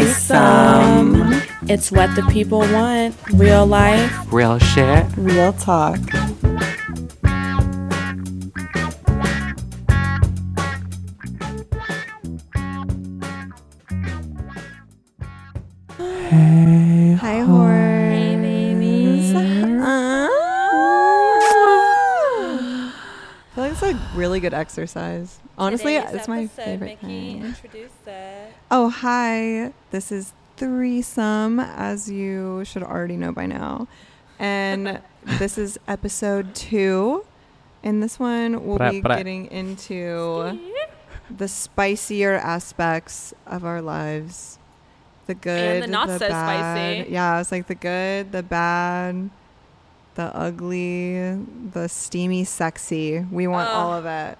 Threesome. It's what the people want. Real life, Real shit. Real talk. Hey. Hi, horse. Ah. I feel like it's a really good exercise. Honestly, it's my favorite thing. Oh, hi. This is Threesome, as you should already know by now. And this is episode two. And this one we'll Bra- be bra. getting into the spicier aspects of our lives. The good, the not so bad. spicy. Yeah, it's like the good, the bad, the ugly, the steamy, sexy. We want Ugh. all of it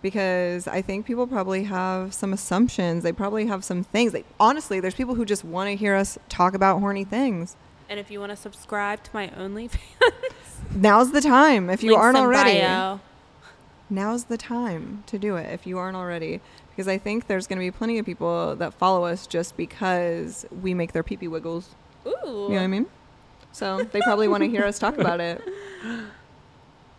because I think people probably have some assumptions. They probably have some things. Like, honestly, there's people who just want to hear us talk about horny things. And if you want to subscribe to my OnlyFans, Now's the time if you links aren't in already. bio. Now's the time to do it if you aren't already. Because I think there's going to be plenty of people that follow us just because we make their pee pee wiggles. Ooh. You know what I mean? So they probably want to hear us talk about it.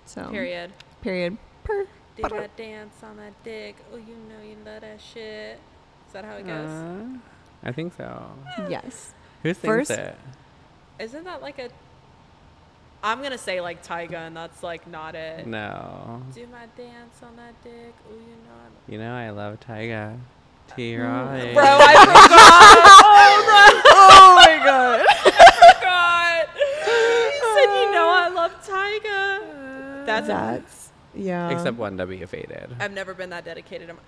So, Period. Period. Per. Do that dance on that dick. Oh, you know you love that shit. Is that how it goes? Uh. I think so. Yes. Who sings First- it? Isn't that like a? I'm gonna say like Tyga, and that's like not it. No. Do my dance on that dick. Oh, you know. You know I love Tyga. T. Riley. I'm... Bro, I forgot. oh my god. I forgot. You said you know I love Tyga. That's That's yeah. Except one W faded. I've never been that dedicated. I'm-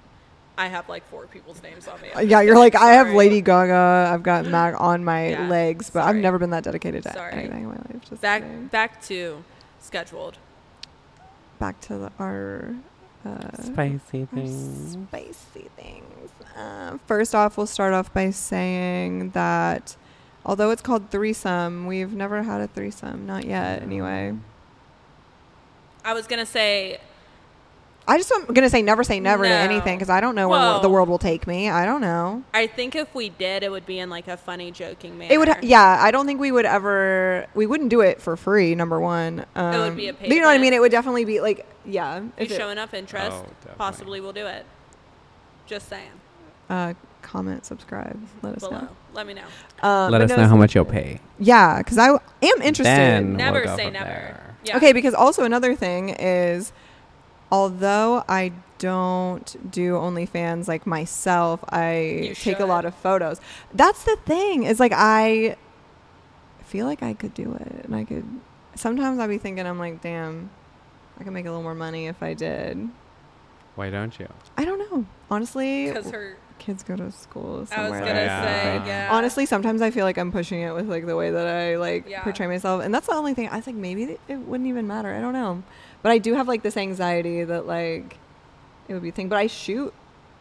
I have like four people's names on me. Uh, Yeah, you're like I have Sorry. Lady Gaga. I've got Mac on my Yeah, legs, but sorry. I've never been that dedicated to Sorry. anything in my life. Just kidding. Back back to scheduled. back to the, our uh, Spicy our things. spicy things. Uh, first off, we'll start off by saying that although it's called threesome, we've never had a threesome, not yet. Anyway, I was gonna say I just am gonna say never say never to No. anything because I don't know where Well- the world will take me. I don't know. I think if we did, it would be in like a funny, joking manner. It would, ha- yeah. I don't think we would ever. We wouldn't do it for free. Number one, um, would be a but You know what I payment. mean? It would definitely be like, yeah. You if it- showing up interest, Oh, definitely. possibly we'll do it. Just saying. uh, comment, subscribe, let us Below. know. Let me know. Um, Let but us no, know s- how much you'll pay. Yeah, because I w- am interested. Then- We'll Never go say from never. there. Yeah. Okay, because also another thing is, although I don't do OnlyFans like myself, I You take a should. lot of photos. That's the thing is like I feel like I could do it, and I could. Sometimes I'll be thinking I'm like, damn, I could make a little more money if I did. Why don't you? I don't know. Honestly, Because her, kids go to school I was somewhere. gonna that Yeah. say, Okay. yeah. honestly sometimes i feel like i'm pushing it with like the way that i like Yeah. portray myself and that's the only thing i was like maybe th- it wouldn't even matter i don't know but i do have like this anxiety that like it would be a thing but i shoot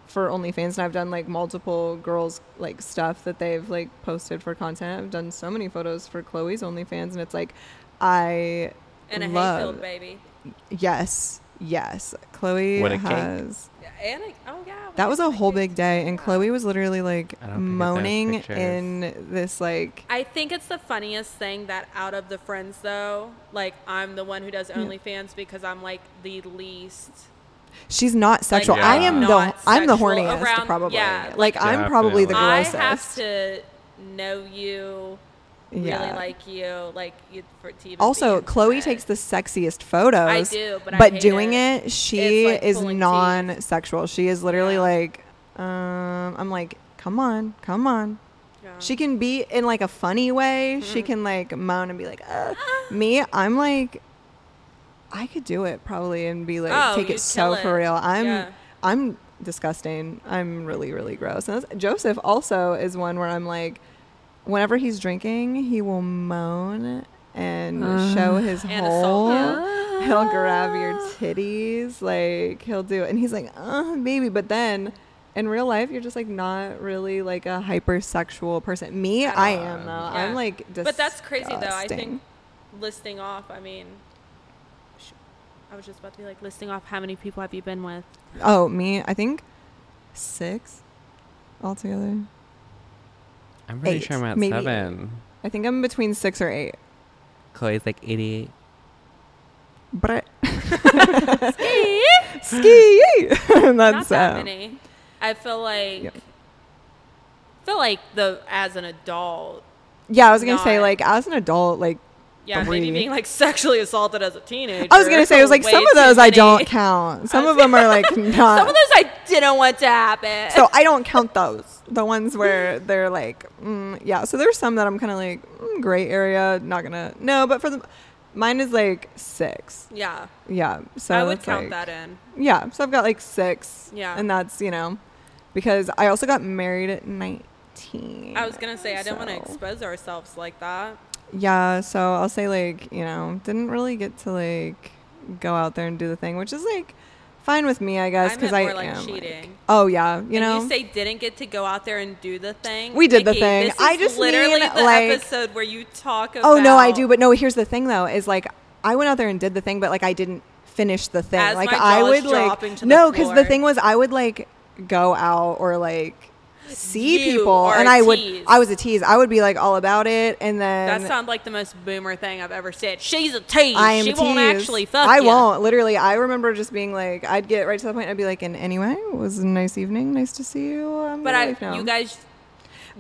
for OnlyFans, and I've done like multiple girls like stuff that they've like posted for content. I've done so many photos for Chloe's OnlyFans, and it's like I and a love. Hayfield baby. yes, yes. Chloe What a cake. has And a, oh yeah. we that was did a say whole Hayfield. big day, and Yeah. Chloe was literally like I don't think I sent moaning pictures. in this like I think it's the funniest thing that out of the friends though, like I'm the one who does OnlyFans because I'm like the least. She's not sexual. Yeah. I am the not I'm the sexual horniest around- probably. yeah, like like- I'm probably the I grossest. have to know you, really Yeah. like you, like you for TV. also, Chloe takes the sexiest photos. I do, but I hate doing it. it, she It's like is pulling teeth. non-sexual. She is literally Yeah. like, um, I'm like, come on, come on. She can be in like a funny way. Mm-hmm. She can like moan and be like, Ugh. me. I'm like, I could do it probably and be like, Oh, take you'd it so kill for it. real. I'm, Yeah. I'm disgusting. I'm really, really gross. And that's, Joseph also is one where I'm like, whenever he's drinking, he will moan and show his And hole. assault you. He'll grab your Ah. titties, like he'll do, and he's like, "Uh, maybe." But then, in real life, you're just like not really like a hypersexual person. Me, At I all. am though. I'm Yeah. like, disgusting. But that's crazy though. I think listing off. I mean, sh- I was just about to be like listing off how many people have you been with? Oh, me, I think six altogether. I'm pretty Eight, sure I'm at maybe eight. seven. I think I'm between six or eight. Chloe's like 88. But ski, and Eh, Not that's that um, many. I feel like Yep. feel like the as an adult. yeah. I was gonna say Not- like as an adult, like Yeah, Three. maybe being like sexually assaulted as a teenager. I was gonna say it was like Way some of too those I many. don't count. Some of them are like not. Some of those I didn't want to happen. so I don't count those. The ones where they're like, mm, yeah. So there's some that I'm kind of like mm, gray area. Not gonna no, but for the mine is like six. yeah, Yeah, so I would that's, count like- that in. Yeah, so I've got like six. Yeah. and that's you know because I also got married at nineteen. I was gonna say I didn't want to so- expose ourselves like that. Yeah, so I'll say like, you know, didn't really get to like go out there and do the thing, which is like fine with me, I guess, I because meant I, more like am, cheating. oh yeah, you And know. you say didn't get to go out there and do the thing. We did the Nikki, thing. This is I just literally mean, the like- episode where you talk about. oh no, I do, but no, here's the thing though, is like I went out there and did the thing, but like I didn't finish the thing. As like my I jaw is would dropping like to the no, because the floor. thing was I would like go out or like see You people are and a I would tease. I was a tease. I would be like all about it and That then sounds like the most boomer thing I've ever said. She's a tease. I am she won't teased. actually fuck I ya. won't. Literally, I remember just being like, I'd get right to the point. I'd be like, in anyway, it was a nice evening. Nice to see you. I'm But gonna I, leave now." you guys.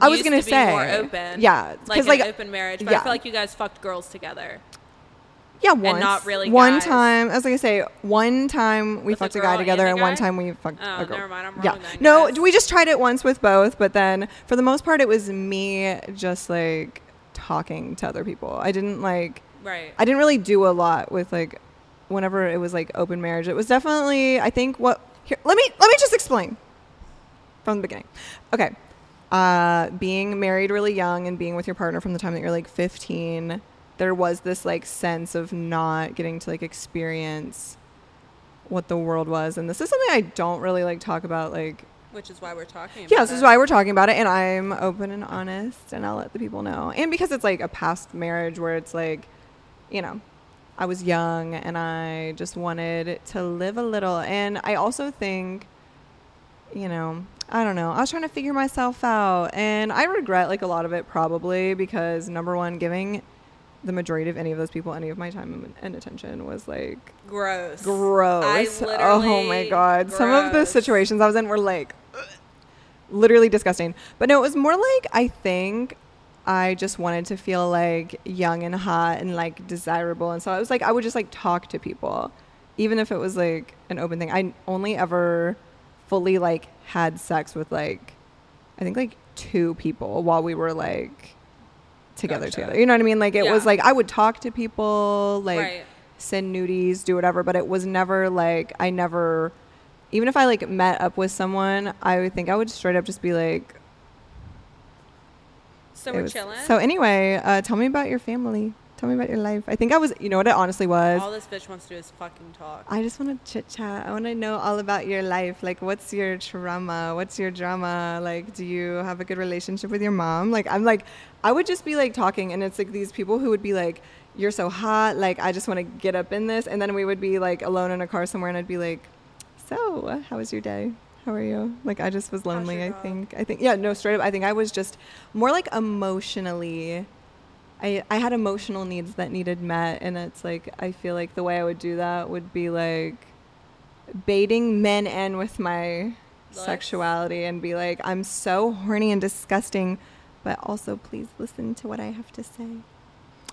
I was used gonna to be more say, open. yeah, 'cause, like an like, open marriage. But yeah. I feel like you guys fucked girls together. yeah, once, not really one guys. time. I was gonna say, one time we With a fucked a, girl guy and together, a and, one guy? time we fucked Oh, a girl. never mind, I'm yeah, wrong then, no, guys. we just tried it once with both, but then for the most part, it was me just like talking to other people. I didn't like. Right. I didn't really do a lot with like whenever it was like open marriage. It was definitely I think what here let me let me just explain from the beginning. Okay. Uh being married really young and being with your partner from the time that you're like 15, there was this like sense of not getting to like experience what the world was and this is something I don't really like talk about like Which is why we're talking. About yeah, this it. is why we're talking about it, and I'm open and honest, and I'll let the people know. And because it's like a past marriage where it's like, you know, I was young and I just wanted to live a little. And I also think, you know, I don't know, I was trying to figure myself out, and I regret like a lot of it probably because number one, giving the majority of any of those people any of my time and attention was like gross. gross. I oh my literally- god. Some of the gross. situations I was in were like literally disgusting. But no, it was more like I think I just wanted to feel like young and hot and like desirable. And so I was like I would just like talk to people even if it was like an open thing. I only ever fully like had sex with like I think like two people while we were like together Gotcha. together. You know what I mean? Like it was Yeah. like I would talk to people like Right. send nudies, do whatever, but it was never like I never even if I like met up with someone, I would think I would straight up just be like So it we're was- chilling. So anyway, uh, tell me about your family. Tell me about your life. I think I was you know what it honestly was. all this bitch wants to do is fucking talk. I just want to chit chat. I want to know all about your life. Like, what's your trauma? What's your drama? Like, do you have a good relationship with your mom? Like, I'm like, I would just be like talking, and it's like these people who would be like, you're so hot. Like, I just want to get up in this. And then we would be like alone in a car somewhere, and I'd be like, so, how was your day? How are you? Like, I just was lonely, your I dog? think. I think, yeah, no, straight up. I think I was just more like emotionally. I, I had emotional needs that needed met and it's like i feel like the way i would do that would be like baiting men in with my Nice. sexuality and be like i'm so horny and disgusting but also please listen to what i have to say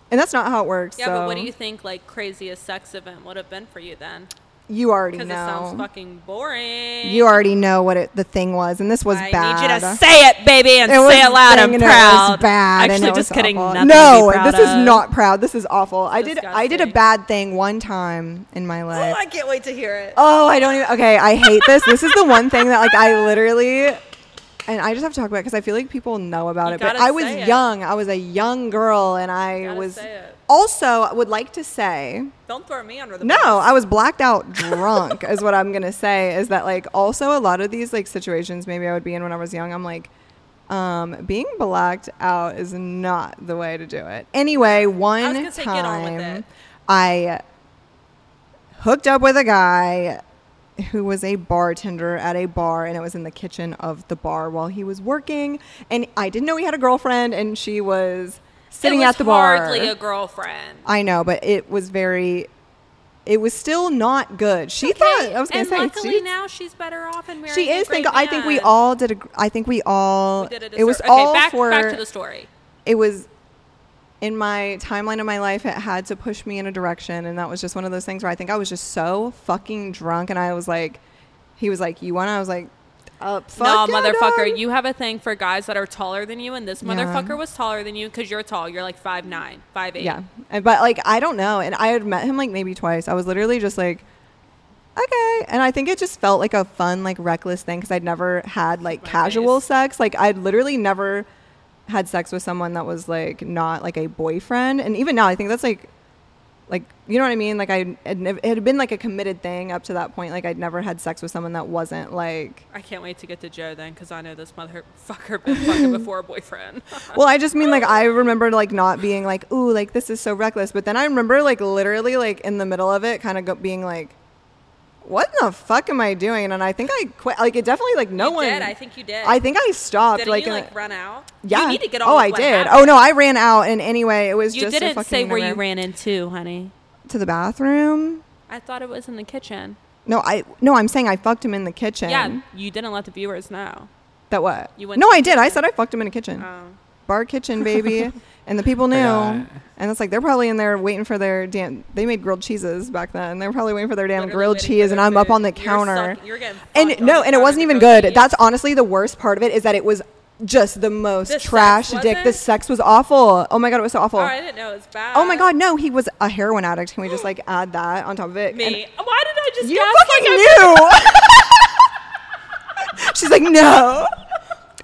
and that's not how it works yeah, so but what do you think like craziest sex event would have been for you then? you already Because it know sounds fucking boring. you already know what it, the thing was and this was I need bad you to say it, baby, and It was say it loud and thing and it was proud. bad and Actually, it just was kidding. awful. Nothing to be No, proud this is of. not proud. This is awful. I did I did a disgusting. bad thing one time in my Oh, life. I can't wait to hear it. Oh, I don't even. Okay, I hate this. This is the one thing that like I literally, and I just have to talk about because I feel like people know about You it. But gotta I was say it. young. I was a young girl, and I gotta was say it. also would like to say Don't throw me under the no. bus. I was blacked out drunk is what I'm gonna say. Is that like also a lot of these like situations maybe I would be in when I was young. I'm like. Um, being blacked out is not the way to do it. Anyway, one gonna say, get on with time it. I hooked up with a guy who was a bartender at a bar and it was in the kitchen of the bar while he was working and I didn't know he had a girlfriend and she was sitting it was at the hardly bar. a girlfriend. I know, but it was very it was still not good. She thought I was going and to say luckily she, now she's better off and marrying. she a is great thank God. I think we man. all did a gr- I think we all We did a it disser- was okay, all back, for back to the story. it was in my timeline of my life it had to push me in a direction and that was just one of those things where i think i was just so fucking drunk and i was like he was like you want i was like uh, fuck no, yeah, motherfucker, dog. you have a thing for guys that are taller than you, and this Yeah. motherfucker was taller than you because you're tall. You're like five nine, five eight. yeah and, but like i don't know and i had met him like maybe twice i was literally just like okay and i think it just felt like a fun like reckless thing because i'd never had like My casual face. sex like i'd literally never had sex with someone that was like not like a boyfriend and even now i think that's like like you know what i mean like i had nev- it had been like a committed thing up to that point like i'd never had sex with someone that wasn't like I can't wait to get to Joe then because I know this motherfucker been fucking before a boyfriend. well i just mean like i remember like not being like ooh like this is so reckless but then i remember like literally like in the middle of it kind of go- being like what the fuck am i doing and i think i quit like it definitely like no You one did. I think you did. I think I stopped Didn't like, you in like a- run out? yeah You need to get all. oh of i what did happened. oh no i ran out and anyway it was You just a didn't fucking say where you nightmare. ran into, honey. to the bathroom I thought it was in the kitchen. no i no i'm saying i fucked him in the kitchen Yeah, you didn't let the viewers know. that what You went no to i the did i kitchen. said i fucked him in a kitchen Um, bar kitchen, baby. and the people knew. Forgot. And it's like they're probably in there waiting for their damn. They made grilled cheeses back then. They're probably waiting for their damn Literally grilled waiting for cheese, their and I'm up food. on the You're counter. suck- you're getting fucked and on no, the and it counter wasn't with even grilled good. cheese. That's honestly the worst part of it is that it was just the most The sex trash dick. The wasn't? sex was awful. Oh my god, it was so awful. oh, I didn't know it was bad. Oh my god, no, he was a heroin addict. Can we just like add that on top of it? And- Me. Why did I just you gaslight fucking knew. She's like, no.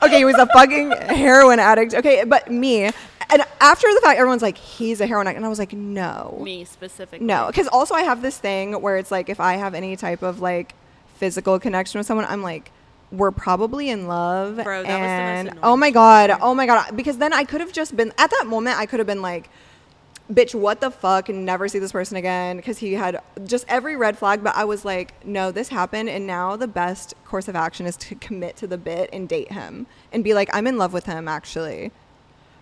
Okay, he was a fucking heroin addict. Okay, but me. And after the fact, everyone's like, he's a heroin addict. And I was like, no. me specifically? No. Because also, I have this thing where it's like, if I have any type of like physical connection with someone, I'm like, we're probably in love. Bro, that was the most and annoying oh my shit God. ever. Oh my God. Because then I could have just been, at that moment, I could have been like, bitch, what the fuck? And never see this person again. Because he had just every red flag. But I was like, no, this happened. And now the best course of action is to commit to the bit and date him and be like, I'm in love with him, actually.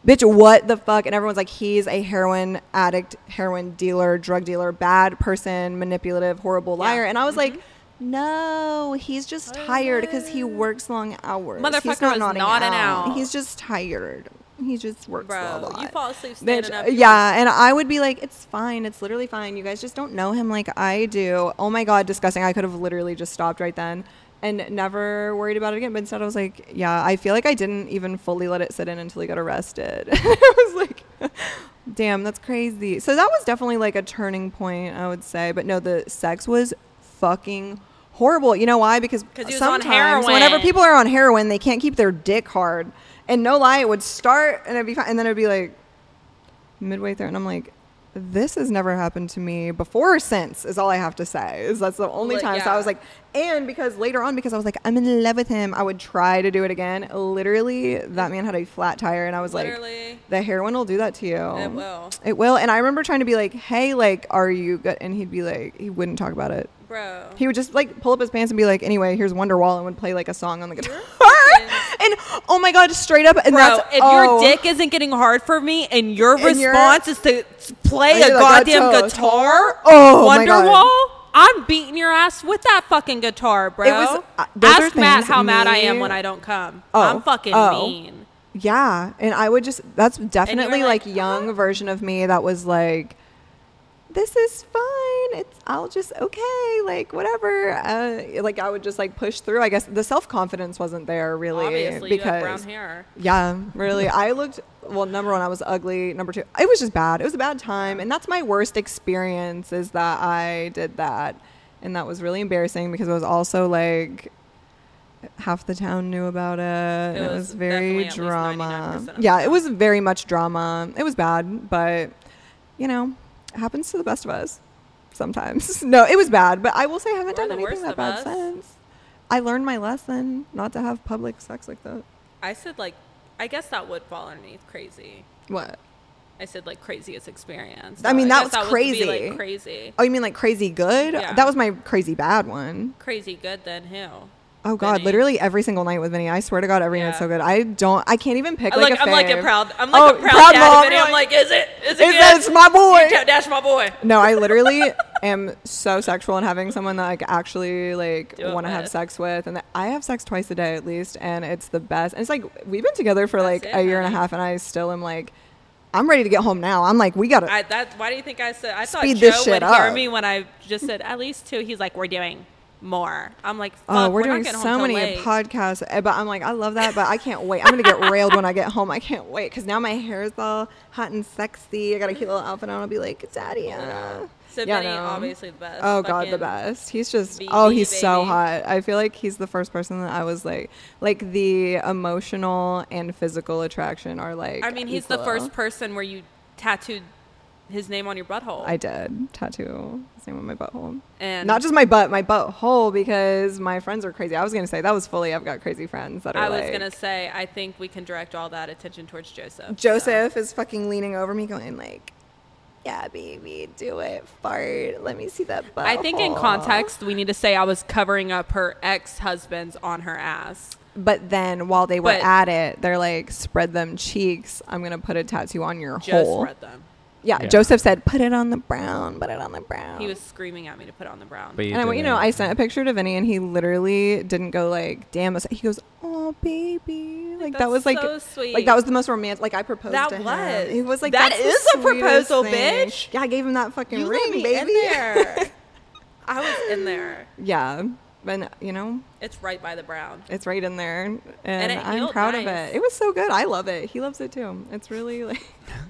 Bitch, what the fuck? And everyone's like, he's a heroin addict, heroin dealer, drug dealer, bad person, manipulative, horrible Yeah. Mm-hmm. Oh, liar. And I was like, no, he's just tired because he works long hours. he's Motherfucker not was nodding nodding out. out. He's just tired. He just works a Bro, lot. you fall asleep Bitch, standing up. you're yeah, and I would be like, it's fine. It's literally fine. You guys just don't know him like I do. Oh my God, disgusting. I could have literally just stopped right then and never worried about it again. But instead, I was like, yeah, I feel like I didn't even fully let it sit in until he got arrested. I was like, damn, that's crazy. So that was definitely like a turning point, I would say. But no, the sex was fucking horrible. You know why? Because 'Cause he was on sometimes heroin. whenever people are on heroin, they can't keep their dick hard. And no lie, it would start and it'd be fine. And then it'd be like, midway through and I'm like, this has never happened to me before or since is all I have to say. Is that's the only Like, time. So I was yeah. like, and because later on, because I was like, I'm in love with him, I would try to do it again. Literally, that man had a flat tire and I was Literally. like, the heroin will do that to you. It will. It will. And I remember trying to be like, hey, like, are you good? And he'd be like, he wouldn't talk about it. Bro. He would just like pull up his pants and be like, anyway, here's Wonderwall and would play like a song on the guitar. and oh my God, straight up. And Bro, that's if oh. your dick isn't getting hard for me and your And you're- response is to s- play And a you're like, goddamn "Gato, guitar, tar?" Oh, my God. Wonderwall, I'm beating your ass with that fucking guitar, bro. It was- uh, those are Ask Matt things how mad I am me- when I don't come. Oh, I'm fucking oh. mean. Yeah, and I would just that's definitely like, like, young "Huh?" version of me that was like this is fine. It's I'll just okay, like whatever. Uh, like I would just like push through. I guess the self-confidence wasn't there really Obviously, because you have brown hair. yeah, really. I looked well. Number one, I was ugly. Number two, it was just bad. It was a bad time, and that's my worst experience is that I did that, and that was really embarrassing because it was also like half the town knew about it. and It, was was, definitely very at least drama. 99% of Yeah, the it was very much drama. It was bad, but you know, it happens to the best of us sometimes. no, it was bad, but I will say I haven't We're done the worst anything that of bad us. since. I learned my lesson not to have public sex like that. I said, like, I guess that would fall underneath crazy. What? I said like craziest experience. I mean, Well, that guess was would be, crazy. like crazy, Oh, you mean like crazy good? Yeah. That was my crazy bad one. crazy good. Then who? Oh God, Vinny. literally every single night with Vinny. I swear to God, every night's Yeah. so good. I don't. I can't even pick I'm like, like, a I'm like a fave. proud. I'm like Oh, a proud, proud dad. mom, Of it. I'm right. like, is it? Is it? Is that it's my boy? good? Dash my boy. No, I literally am so sexual and having someone that I c- actually like Do it want to have with. sex with, and that I have sex twice a day at least, and it's the best. And it's like we've been together for like it, a year and honey. a half, and I still am like, I'm ready to get home now. I'm like, we gotta. I, that, why do you think I said? I thought Speed Joe this shit would hear up. me when I just said at least two. He's like, we're doing more. I'm like, Fuck, Oh, we're, not doing getting home so till many late. podcasts, eh, but I'm like, I love that, but I can't wait. I'm gonna get railed when I get home. I can't wait because now my hair is all hot and sexy. I got a cute little outfit on. I'll be like, Daddy. Uh. So Yeah, Benny, no. obviously the best. Oh God, the Fucking- best. He's just BB, oh, he's so baby. hot. I feel like he's the first person that I was like, like the emotional and physical attraction are like. I mean, he's the equal. first person where you tattooed his name on your butthole. I did tattoo his name on my butthole. and Not just my butt, my butthole, because my friends are crazy. I was gonna say that was fully. I've got crazy friends that are. I was like- gonna say, I think we can direct all that attention towards Joseph. so. Joseph is fucking leaning over me, going like, "Yeah, baby, do it, fart. Let me see that butt." I think in context, we need to say I was covering up her ex husband's on her ass. But then while they were But- at it, they're like, "Spread them cheeks. I'm gonna put a tattoo on your Just hole." read them. Yeah, Yeah. Joseph said, "Put it on the brown. Put it on the brown." He was screaming at me to put on the brown. But you, And I, went, you know, I didn't. sent a picture to Vinny, and he literally didn't go like, "Damn," it's- he goes, "Oh, baby," like that That's was like, so sweet. like that was the most romantic. Like I proposed That to him. was. He was like, That "That's the is a sweetest proposal, thing." bitch. Yeah, I gave him that fucking You let ring, me baby. in there. I was in there. Yeah, but you know, It's right by the brown. it's right in there, and, it I'm healed proud of nice. it. It was so good. I love it. He loves it too. It's really like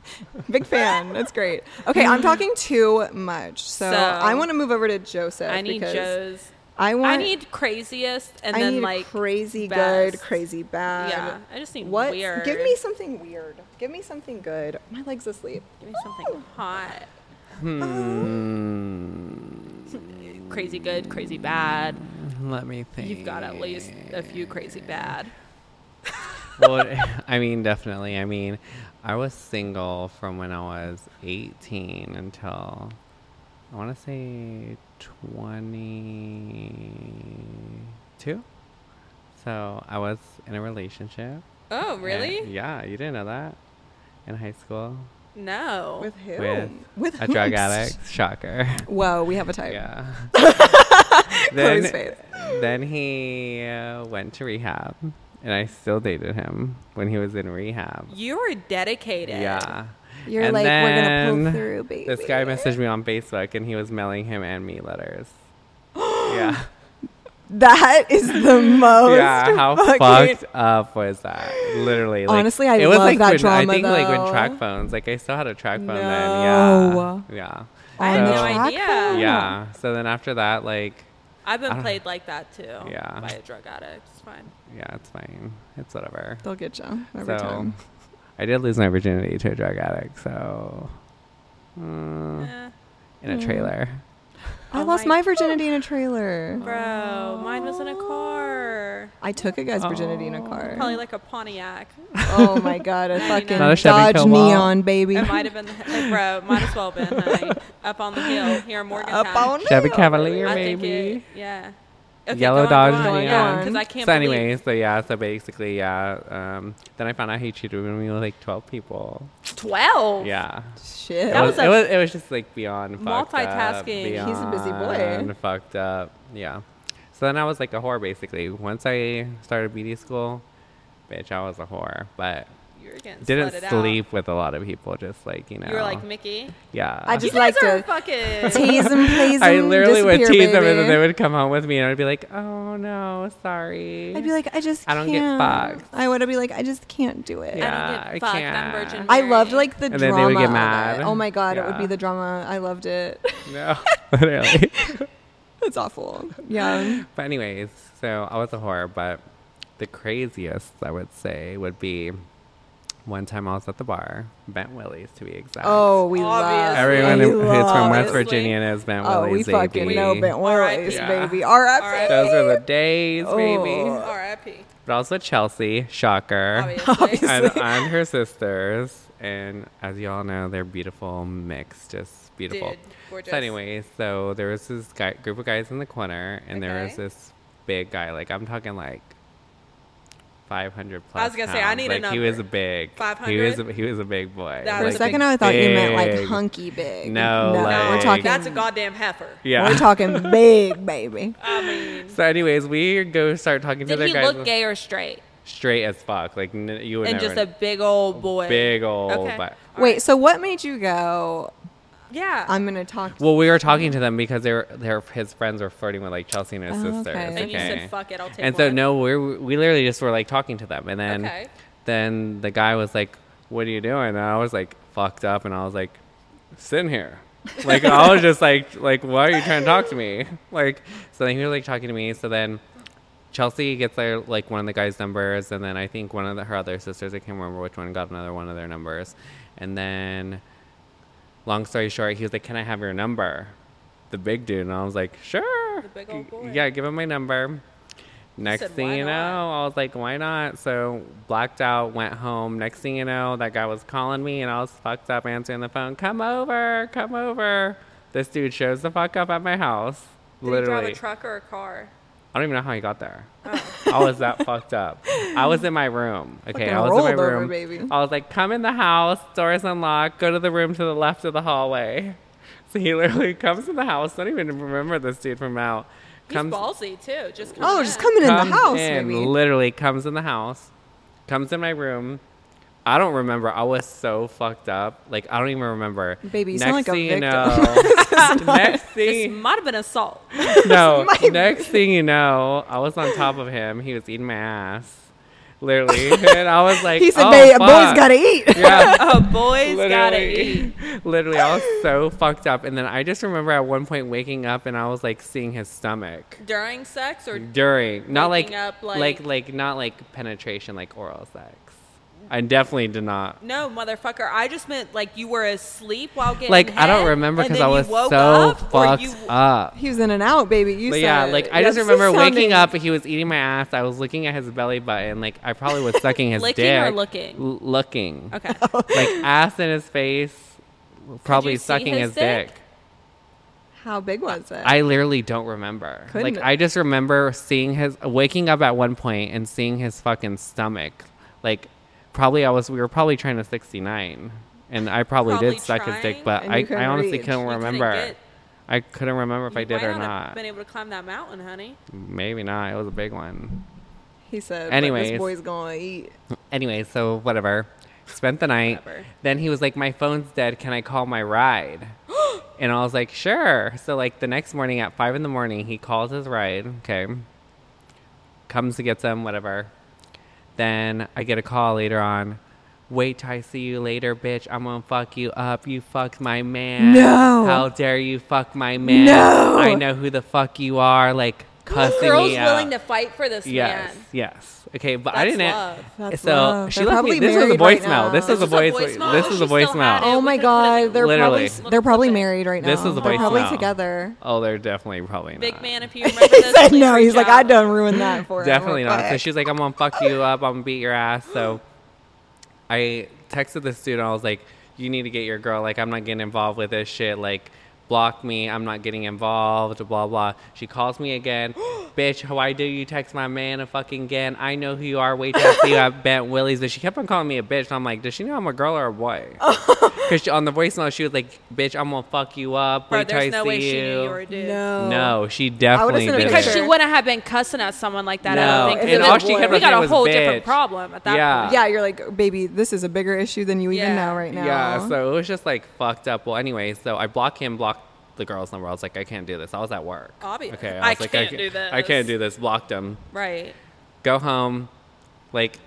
big fan. It's great. Okay, I'm talking too much, so, So- I want to move over to Joseph. I need because Joe's. I want. I need craziest and I then need like crazy best. good, crazy bad. Yeah, I just need What? weird. Give me something weird. Give me something good. My legs asleep. Give me something hot. Hmm. Crazy good, crazy bad. Let me think. You've got at least a few crazy bad. well, I mean, definitely. I mean, I was single from when I was 18 until I want to say 22. So I was in a relationship. Oh, really? And- yeah, you didn't know that in high school No. With who? Oh. with With a drug whom? addict. Shocker. Whoa, we have a type. Yeah. then, Chloe's face. then he uh, went to rehab, and I still dated him when he was in rehab. you were dedicated. Yeah. You're like, "We're gonna pull then through, This guy baby." messaged me on Facebook, and he was mailing him and me letters. yeah. That is the most. Yeah, how fucking- fucked up was that? Literally, like, Honestly, I it was love like that when, drama, I think like when though. track phones, like I still had a track phone No. then. Yeah, yeah. I had no So- On track idea. phone? Yeah. So then after that, like, I I've been don't- played like that too. Yeah. By a drug addict. It's fine. yeah, it's fine. It's whatever. They'll get you so every time. I did lose my virginity to a drug addict. So mm, Eh, in Hmm. a trailer. I Oh lost my- my virginity in a trailer. bro, mine was in a car. I took a guy's virginity in a car. Oh. Probably like a Pontiac. oh my god, a fucking Not a Chevy Dodge Cobalt. Neon baby. It might have been, hey, bro. Might as well been honey. up on the hill here in Morgantown. Up on Chevy it. Cavalier, I think it, maybe. yeah. Okay, Yellow go Dodge on, go on, go on, Neon. 'cause I can't. so, believe- anyway, so yeah, so basically, yeah. Um, then I found out he cheated with me with like 12 people. twelve. Yeah. Shit. It That was, was a- it, was, it was just like beyond Fucked up, Multitasking. He's a busy boy. beyond Fucked up. Yeah. So then I was like a whore basically. Once I started beauty school, bitch, I was a whore. But You were getting didn't slutted sleep with a lot of people. Just like you know. Out. You were like Mickey. yeah. I You just guys like are to fucking. tease him, please I him, literally would disappear, tease them, and then baby. they would come home with me, and I'd be like, "Oh no, sorry." I'd be like, I just I don't get can't. fucked. I would be like, I just can't do it. Yeah. I I don't get fucked. I'm can't. virgin. I loved Mary. like the And then drama. they would get of it. mad. Oh my god, it would be Yeah. the drama. I loved it. "No, literally." it's awful. Yeah. But anyways, so I was a whore, but the craziest I would say would be one time I was at the bar, Bent Willie's to be exact. Oh, we love. Obviously. everyone we who- who's from love West it. Obviously. Virginia knows Bent Oh, we Willie's. fucking baby. know Bent R.I.P. Willie's, Yeah. baby. Those R.I.P. Those are the days, baby. Oh. R.I.P. But But I was with Chelsea, shocker, obviously. and, and her sisters. And as y'all know, they're beautiful, mixed, just beautiful. Dude, gorgeous. So anyway, so there was this guy, group of guys in the corner, and there was Okay. this big guy. Like I'm talking like 500 plus. I was gonna say, I pounds. need a like, He was number. big. He 500? was a, he was a big boy. That For a was Like, second, I thought you meant like big. hunky big. No, we're like- talking. uh, That's a goddamn heifer. Yeah. We're talking big, baby. I mean, so, anyways, we go start talking to did the he guys. look gay or straight? Straight as fuck. Like n- you would And never. just a big old boy. big old. Okay. butt. Wait, so what made you go? Yeah. I'm gonna talk. Well, we were talking to them because they were, their his friends were flirting with like Chelsea and his Oh, sisters. okay. and you okay? said, fuck it, I'll take and so one." no, we we literally just were like talking to them, and then Okay. then the guy was like, "What are you doing?" And I was like, "Fucked up," and I was like, "Sitting here." like I was just like, like, why are you trying to talk to me? Like, so then he was like talking to me. So then Chelsea gets their like one of the guys' numbers, and then I think one of the, her other sisters, I can't remember which one, got another one of their numbers, and then long story short, he was like, "Can I have your number?" The big dude, and I was like, "Sure." The big old boy. Yeah, give him my number. Next said, thing "Why you know, not?" I was like, "Why not?" So blacked out, went home. Next thing you know, that guy was calling me, and I was fucked up answering the phone. Come over, come over. This dude shows the fuck up at my house. Did he literally, drive a truck Oh. or a car? I don't even know how he got there. I was that fucked up. I was in my room. Okay, Fucking I was in my rolled over, room. baby. I was like, come in the house, doors unlocked, go to the room to the left of the hallway. So he literally comes in the house. Don't even remember this dude from out. He's ballsy too. Just come Oh, just coming in the comes house, in, maybe. Literally comes in the house, comes in my room. I don't remember. I was so fucked up. Like I don't even remember. Baby, you next sound like a thing victim. you know, next This thing might have been assault. no. My- Next thing you know, I was on top of him. He was eating my ass, literally, and I was like, He said, "Oh, "Babe, a fuck." boy's gotta eat." Yeah, A boy's gotta eat. literally, literally, I was so fucked up. And then I just remember at one point waking up and I was like seeing his stomach During sex or during, not like, Waking up, like, like- like, not like penetration, like oral sex. I definitely did not no, motherfucker. I just meant like you were asleep while getting like. I don't head, remember and because then I you was woke so up, or fucked you- up. He was in and out, baby. You But said. yeah, like I Yeah, just this is remember waking sounding- up. He was eating my ass. I was looking at his belly button. Like I probably was sucking his Licking dick. or looking? L- looking. Okay. Like ass in his face. Probably you see sucking his, his dick? dick? How big was it? I literally don't remember. Couldn't- Like I just remember seeing his waking up at one point and seeing his fucking stomach. Like probably I was. We were probably trying to sixty nine, and I probably, Probably did suck his dick, trying, but and I, you couldn't I honestly reach. couldn't You couldn't remember. get- I couldn't remember if I You did might or not have not. Been able to climb that mountain, honey. Maybe not. It was a big one. He said. "But Anyways. this boy's gonna eat. Anyway, so whatever. Spent the night. Whatever. Then he was like, My phone's dead. Can I call my ride? and I was like, Sure. So, like, the next morning at five in the morning, he calls his ride. Okay. Comes to get them, whatever. Then I get a call later on. Wait till I see you later, bitch. I'm gonna fuck you up. You fucked my man. No. How dare you fuck my man? No. I know who the fuck you are. Like, cussing Girls me out. willing to fight for this uh, Yes, man. yes. Okay, but I That's didn't. love. That's so love. she They're left me. probably This was a married right voicemail. now. this was a This voice. was a voicemail? This was a She still had voicemail. it. Oh we my could put it in god, the- they're Literally. probably they're probably married right now. This was a They're probably voicemail. together. Oh, they're definitely probably Big not. man, if you remember He this, said please no. reach He's like, out. I done ruined that for him. Definitely not. So Fuck. she's like, I'm gonna fuck you up. I'm gonna beat your ass. So I texted this dude and I was like, You need to get your girl. Like, I'm not getting involved with this shit. Like, block me. I'm not getting involved. Blah blah. She calls me again. Bitch, why do you text my man a fucking again? I know who you are. Wait till I see you at Bent Willie's. But she kept on calling me a bitch. And I'm like, Does she know I'm a girl or a boy? Because on the voicemail, she was like, Bitch, I'm gonna fuck you up. Bro, Wait till I there's no see way she knew you were you. a dude. no, No, she definitely sent a did. picture. Because she wouldn't have been cussing at someone like that. I No, don't think. and Because then all she kept we on got saying a was whole bitch. different problem at that Yeah. point. Yeah, you're like, baby, this is a bigger issue than you even Yeah. know right now. Yeah, so it was just like fucked up. Well, anyway, so I block him, block the girl's number. I was like, I can't do this. I was at work. Obvious. Okay, I was like, can't ca- do this. I can't do this. Blocked him. Right. Go home. Like,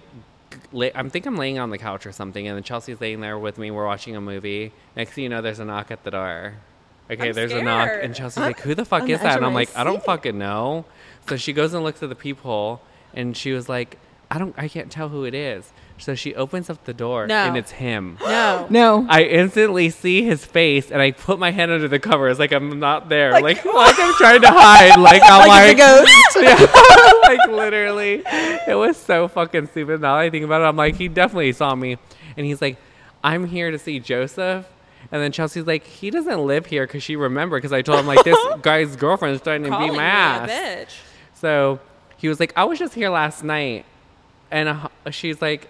g- lay, I think I'm laying on the couch or something, and then Chelsea's laying there with me. We're watching a movie. Next thing you know, there's a knock at the door. Okay, I'm there's a knock, scared. and Chelsea's like, "Who the fuck I'm is the edge that?" of And I'm my like, "I don't seat. fucking know." So she goes and looks at the peephole, and she was like, "I don't, I can't tell who it is." So she opens up the door No. and it's him. No. No. I instantly see his face and I put my hand under the covers like I'm not there. Like, like, I'm trying to hide. Like I'm like like, it's a ghost. Yeah, like literally. It was so fucking stupid. Now that I think about it, I'm like, he definitely saw me. And he's like, I'm here to see Joseph. And then Chelsea's like, he doesn't live here because she remembered because I told him like this guy's girlfriend's starting to Calling beat me my a ass. bitch. So he was like, I was just here last night, and uh, she's like,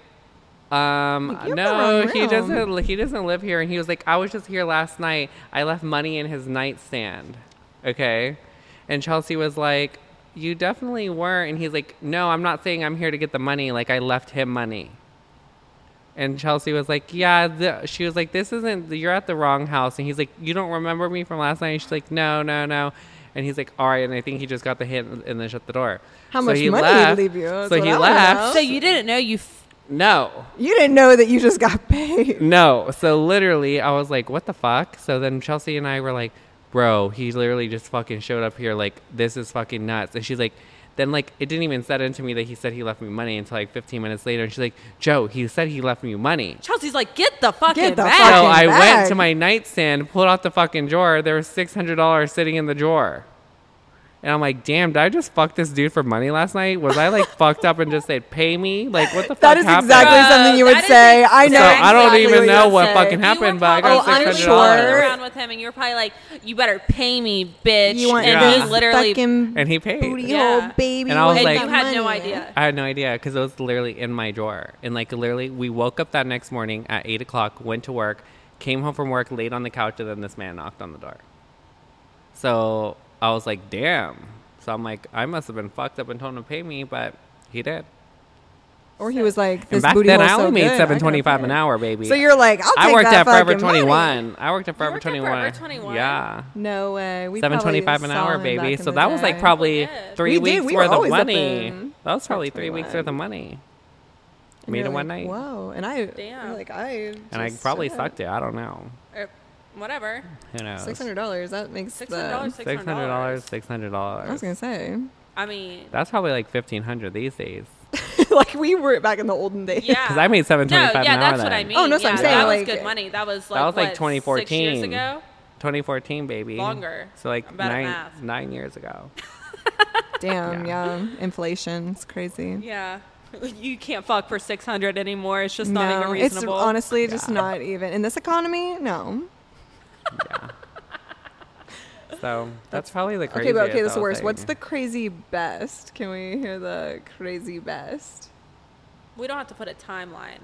um, Like, you're in the no, wrong he room. doesn't. He doesn't live here. And he was like, I was just here last night. I left money in his nightstand. Okay, and Chelsea was like, you definitely were. And he's like, no, I'm not saying I'm here to get the money. Like I left him money. And Chelsea was like, "Yeah." The, she was like, "This isn't. You're at the wrong house." And he's like, "You don't remember me from last night?" And she's like, "No, no, no." And he's like, "All right." And I think he just got the hint and then shut the door. How much money did he leave you? That's so what he I wanna left. know. So you didn't know you. F- No, you didn't know that you just got paid. no. So literally, I was like, "What the fuck?" So then Chelsea and I were like, "Bro, he literally just fucking showed up here. Like, this is fucking nuts." And she's like. Then like it didn't even set into me that he said he left me money until like 15 minutes later, and she's like, "Joe, he said he left me money." Chelsea's like, get the fucking the bag. fuck So fucking I went bag. to my nightstand, pulled out the fucking drawer. There was six hundred dollars sitting in the drawer, and I'm like, "Damn, did I just fuck this dude for money last night? Was I like fucked up and just said pay me? Like what the That fuck is happened?" exactly Bro, something you would that is say. I know. so I don't exactly even what know you what said. fucking happened, but I got Oh, six hundred I'm walking sure. dollars, around with him, and you're probably like, "You better pay me, bitch." You want and Yeah. he this literally, fucking and he paid. booty Yeah. hole baby. And I was and with like- that you had no money. idea. I had no idea because it was literally in my drawer. And like literally, we woke up that next morning at eight o'clock, went to work, came home from work, laid on the couch, and then this man knocked on the door. So I was like, damn. So I'm like, I must have been fucked up and told him to pay me, but he did. Or he was like, And this back booty then, hole's I so only good, made I seven gotta twenty five pay an it. hour, baby. So you're like, I'll take I worked that at Forever fucking money. Twenty One. I worked at Forever worked at Twenty Forever One. 21? Yeah. No way. We Seven probably twenty-five an saw hour, him back baby. in So the that was like day. probably did. three We did. weeks We were worth of always up money. in That was probably three weeks worth of 21. money. And Made you're it one like, night. Whoa! And I, Damn. I'm like I, and I probably sucked it. I don't know. Or whatever. Who knows? Six hundred dollars. That makes the- $600. Six hundred dollars. Six hundred I dollars. was gonna say, I mean, That's probably like fifteen hundred these days. like we were back in the olden days. yeah. Because I made seven no, twenty-five yeah, an hour. that's then. what I mean. Oh, no, that's yeah, what I'm saying, That was like- good money. That was like That was like what, six 2014. years ago. 2014, baby. Longer. So like I'm bad at nine math. nine years ago. Damn. Yeah. Yeah. Inflation. It's crazy. Yeah, you can't fuck for six hundred anymore. It's just not even No, it's reasonable. honestly just Yeah. not even in this economy. No. So that's probably the Okay, craziest. but okay, that's I the was worst. What's the like- crazy best? Can we hear the crazy best? we don't have to put a timeline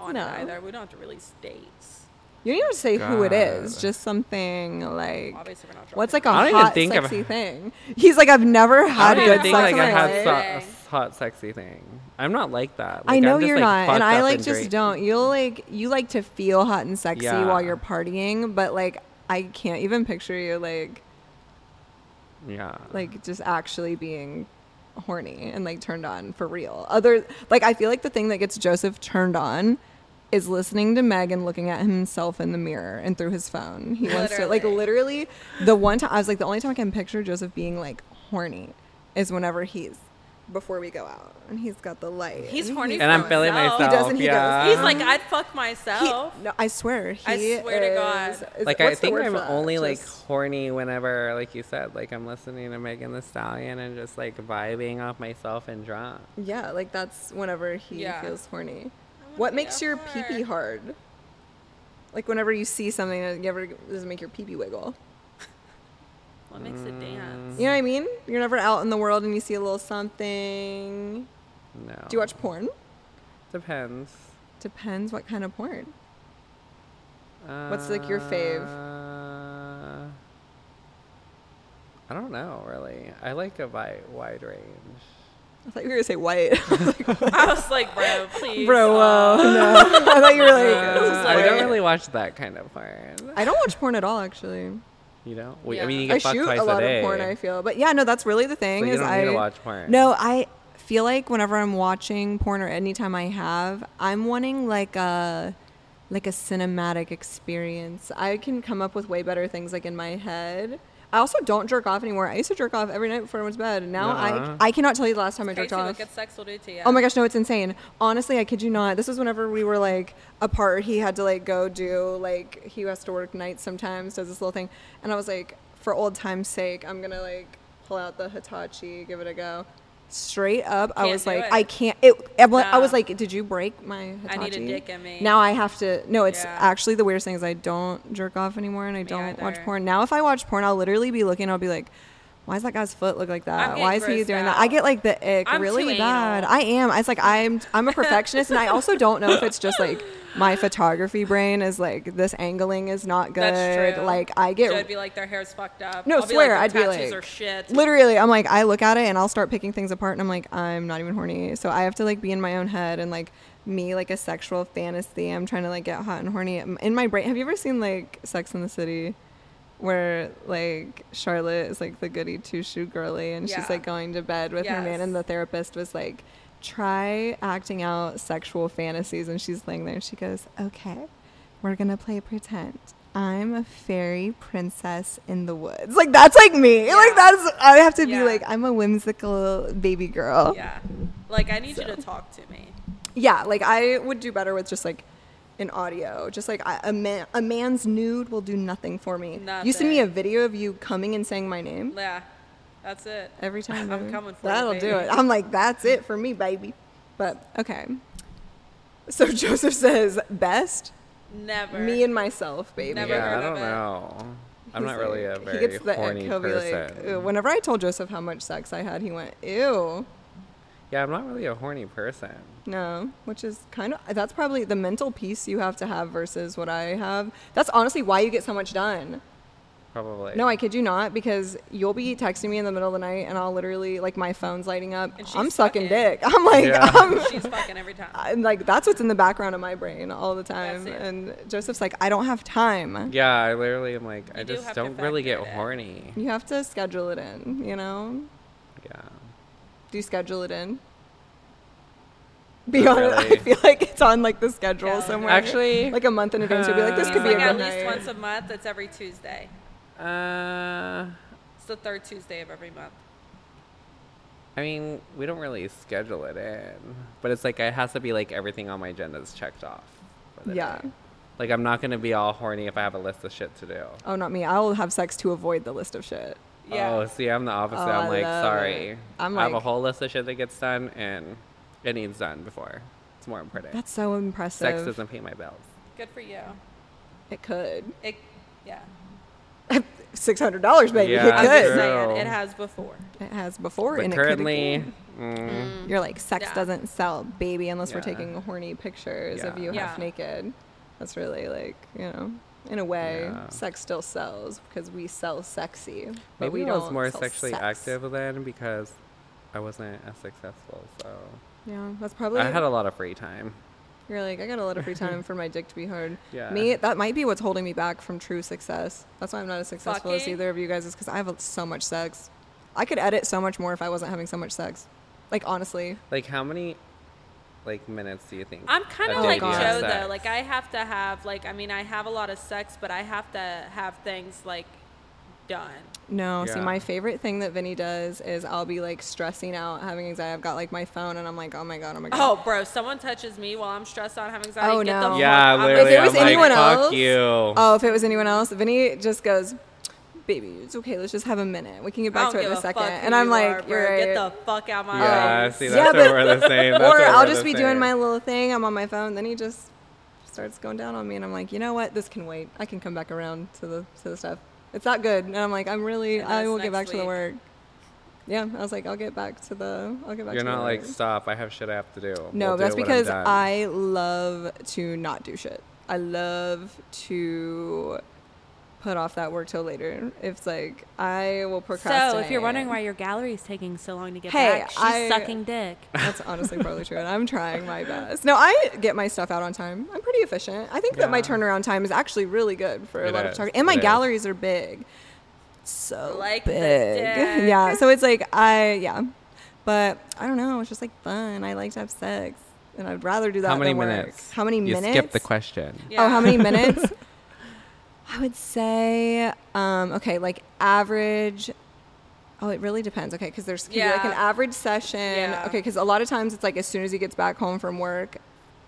on No. it either. We don't have to release dates. You don't even say who it is. God. Just something like Obviously, we're not. what's like dropping a I don't even hot think I've- sexy thing. He's like I've never I had don't even Hot good sex think like in I my had life. so- life. a hot sexy thing. I'm not like that. Like, I I'm know just, you're like, not, fucked and I up like just drink. don't. You'll like you like to feel hot and sexy Yeah. while you're partying, but like I can't even picture you like Yeah. like just actually being horny and like turned on for real. Other like I feel like the thing that gets Joseph turned on is listening to Meg and looking at himself in the mirror and through his phone. He wants to like Literally. literally the one time I was like the only time I can picture Joseph being like horny is whenever he's before we go out and he's got the light. He's and horny he- and I'm for feeling himself. myself. He doesn't, he yeah. doesn't. He's like, I'd fuck he- myself. no, I swear. He I swear to God. is- is- like I what's the think word I'm for that? only like Just- horny whenever, like you said, like I'm listening to Megan the Stallion and just like vibing off myself and drunk. Yeah, like that's whenever he Yeah. feels horny. wanna What be makes a your whore. pee pee hard? Like whenever you see something that you ever doesn't make your pee pee wiggle. What makes it dance? You know what I mean? You're never out in the world and you see a little something. No. Do you watch porn? Depends. Depends what kind of porn. What's, like, your fave? Uh, I don't know really. I like a vi- wide range. I thought you were gonna say white, I was like, bro, please, Mm. bro. uh, stop. Whoa, no. I thought you were like. Uh, like- I don't really watch that kind of porn. I don't watch porn at all, actually. You know, we, Yeah. I mean, you get I fucked shoot twice a lot day. of porn. I feel, but yeah, no, that's really the thing. So you is don't I need to watch porn. No, I feel like whenever I'm watching porn or anytime I have, I'm wanting like a like a cinematic experience. I can come up with way better things like in my head. I I also don't jerk off anymore. I used to jerk off every night before I went to bed. and Now Nuh-uh. I I cannot tell you the last time I Crazy jerked what off. good sex will do to you. Oh my gosh, no, it's insane. Honestly, I kid you not. This was whenever we were like apart. He had to like go do like he has to work nights sometimes, does this little thing, and I was like, for old time's sake, I'm gonna like pull out the Hitachi, give it a go. Straight up, I Can't was do like, it. I can't. It. I wa- I No. was like, did you break my Hitachi? I need a dick in me. Now I have to. No, it's Yeah. actually the weirdest thing is I don't jerk off anymore and I don't watch either. porn. Now if I watch porn, I'll literally be looking. I'll be like. Why does that guy's foot look like that? getting Why is he grossed doing that? I out. get like the ick I'm too really anal. bad. I am. It's like I'm I'm a perfectionist and I also don't know if it's just like my photography brain is like this angling is not good. That's true. Like I get Joe'd be like, their hair's fucked up. No, I'll swear, Be like, "Their I'd be tattoos like- are shit. literally I'm like I look at it and I'll start picking things apart and I'm like I'm not even horny. So I have to like be in my own head and like me like a sexual fantasy. I'm trying to like get hot and horny in my brain. Have you ever seen like Sex in the City? Where like Charlotte is like the goody two shoe girly, and Yeah. she's like going to bed with her man, Yes. and the therapist was like, "Try acting out sexual fantasies," and she's laying there, and she goes, "Okay, we're gonna play pretend." I'm a fairy princess in the woods. Like that's like me. Yeah. Like that's I have to Yeah. be like I'm a whimsical baby girl. Yeah. Yeah. Like, I need you to talk to me. like I would do better with just like an audio. Just like I, a man, a man's nude will do nothing for me. You send me a Nothing. video of you coming and saying my name Yeah. That's it. every time. I'm baby. coming for you, That'll do baby. it. I'm like that's it for me, baby. But okay. So Joseph says best Never. me and myself, baby. Never yeah, I heard of don't it. know. I'm He's not really a like- very the ick. horny He'll be like, "Uh, person. "Ew." Whenever I told Joseph how much sex I had, he went, "Ew, yeah, I'm not really a horny person. no." Which is kind of that's probably the mental piece you have to have versus what I have. That's honestly why you get so much done. Probably. No, I kid you not, because you'll be texting me in the middle of the night, and I'll literally like my phone's lighting up. And she's I'm fucking. sucking dick. I'm like, Yeah. I'm, She's fucking every time. I'm like that's what's in the background of my brain all the time. That's it. And Joseph's like, I don't have time. Yeah, I literally am like, I You do just have to don't really get factor it in. horny. You have to schedule it in. You know, Yeah. Do you schedule it in? Be Not honest, Oh, really. I feel like it's on like the schedule Calendar. somewhere. Actually, like a month in advance, you'll be like, "This uh, could It's be like a at good least night." once a month. It's every Tuesday. Uh, It's the third Tuesday of every month. I mean, we don't really schedule it in, but it's like it has to be like everything on my agenda is checked off. for the Yeah. day. Like I'm not gonna be all horny if I have a list of shit to do. oh, not me. I will have sex to avoid the list of shit. Yeah. Oh, see, I'm the opposite. Oh, I'm I like, love sorry. it. I'm I have a like- whole list of shit that gets done, and it needs done before. It's more important. That's so Sex impressive. doesn't pay my bills. Good for you. It could. It, yeah. Six hundred dollars, baby. Yeah, I'm just it saying, True. it has before. could. It has before, But and it currently, could. mm, Again. You're like, sex Mm-hmm. Yeah. doesn't sell, baby, unless we're Yeah. taking horny pictures of Yeah. you half Yeah. naked. That's really like, you know, in a way, Yeah. sex still sells because we sell sexy. But maybe we I was don't more sell sexually sex. active then because I wasn't as successful. So Yeah, that's probably. I had a lot of free time. You're like, I got a lot of free time for my dick to be hard. Yeah. Me, that might be what's holding me back from true success. That's why I'm not as successful as Fucking- either of you guys, is because I have so much sex. I could edit so much more if I wasn't having so much sex. Like, honestly. Like, how many like minutes do you think? I'm kind a of day like do you God. have Joe though. sex? Like I have to have like I mean I have a lot of sex, but I have to have things like done. No, see, Yeah. my favorite thing that Vinny does is I'll be like stressing out, having anxiety. I've got like my phone, and I'm like, oh my God, oh my God. Oh, bro, someone touches me while I'm stressed out, having anxiety. Oh, get no. The Yeah, fuck out of my literally. If it was I'm anyone like, else- fuck you. Oh, if it was anyone else, Vinny just goes, baby, it's okay. Let's just have a minute. We can get I back don't to it give in a a second. fuck who And I'm you like, are, bro. you're right. Get the fuck out my yeah, eyes. see, Yeah, that's but- what we're the same. That's or what we're I'll the just be doing same. my little thing. I'm on my phone. Then he just starts going down on me, and I'm like, you know what? This can wait. I can come back around to the to the stuff. It's not good. And I'm like, I'm really. And then I it's will get back next to the week. work. Yeah, I was like, I'll get back to the. I'll get back. You're to the not like work. stop. I have shit I have to do. No, We'll do that's it when I'm because done." I love to not do shit. I love to put off that work till later. It's like I will procrastinate. So, if you're wondering why your gallery is taking so long to get Hey, back, she's I- sucking dick. That's honestly probably true, and I'm trying my best. No, I get my stuff out on time. I'm pretty efficient. I think that my Yeah. turnaround time is actually really good for a It lot of is. photography, and my It is. galleries are big, so Like the big. dick. Yeah, so it's like I yeah, but I don't know. It's just like fun. I like to have sex, and I'd rather do that. How many than work. minutes? Oh, How many you minutes? Skip the question. Yeah. Oh, how many minutes? I would say, um, okay, like average. Oh, it really depends. Okay, because there's could be, like Yeah. an average session. Yeah. Okay, because a lot of times it's like as soon as he gets back home from work,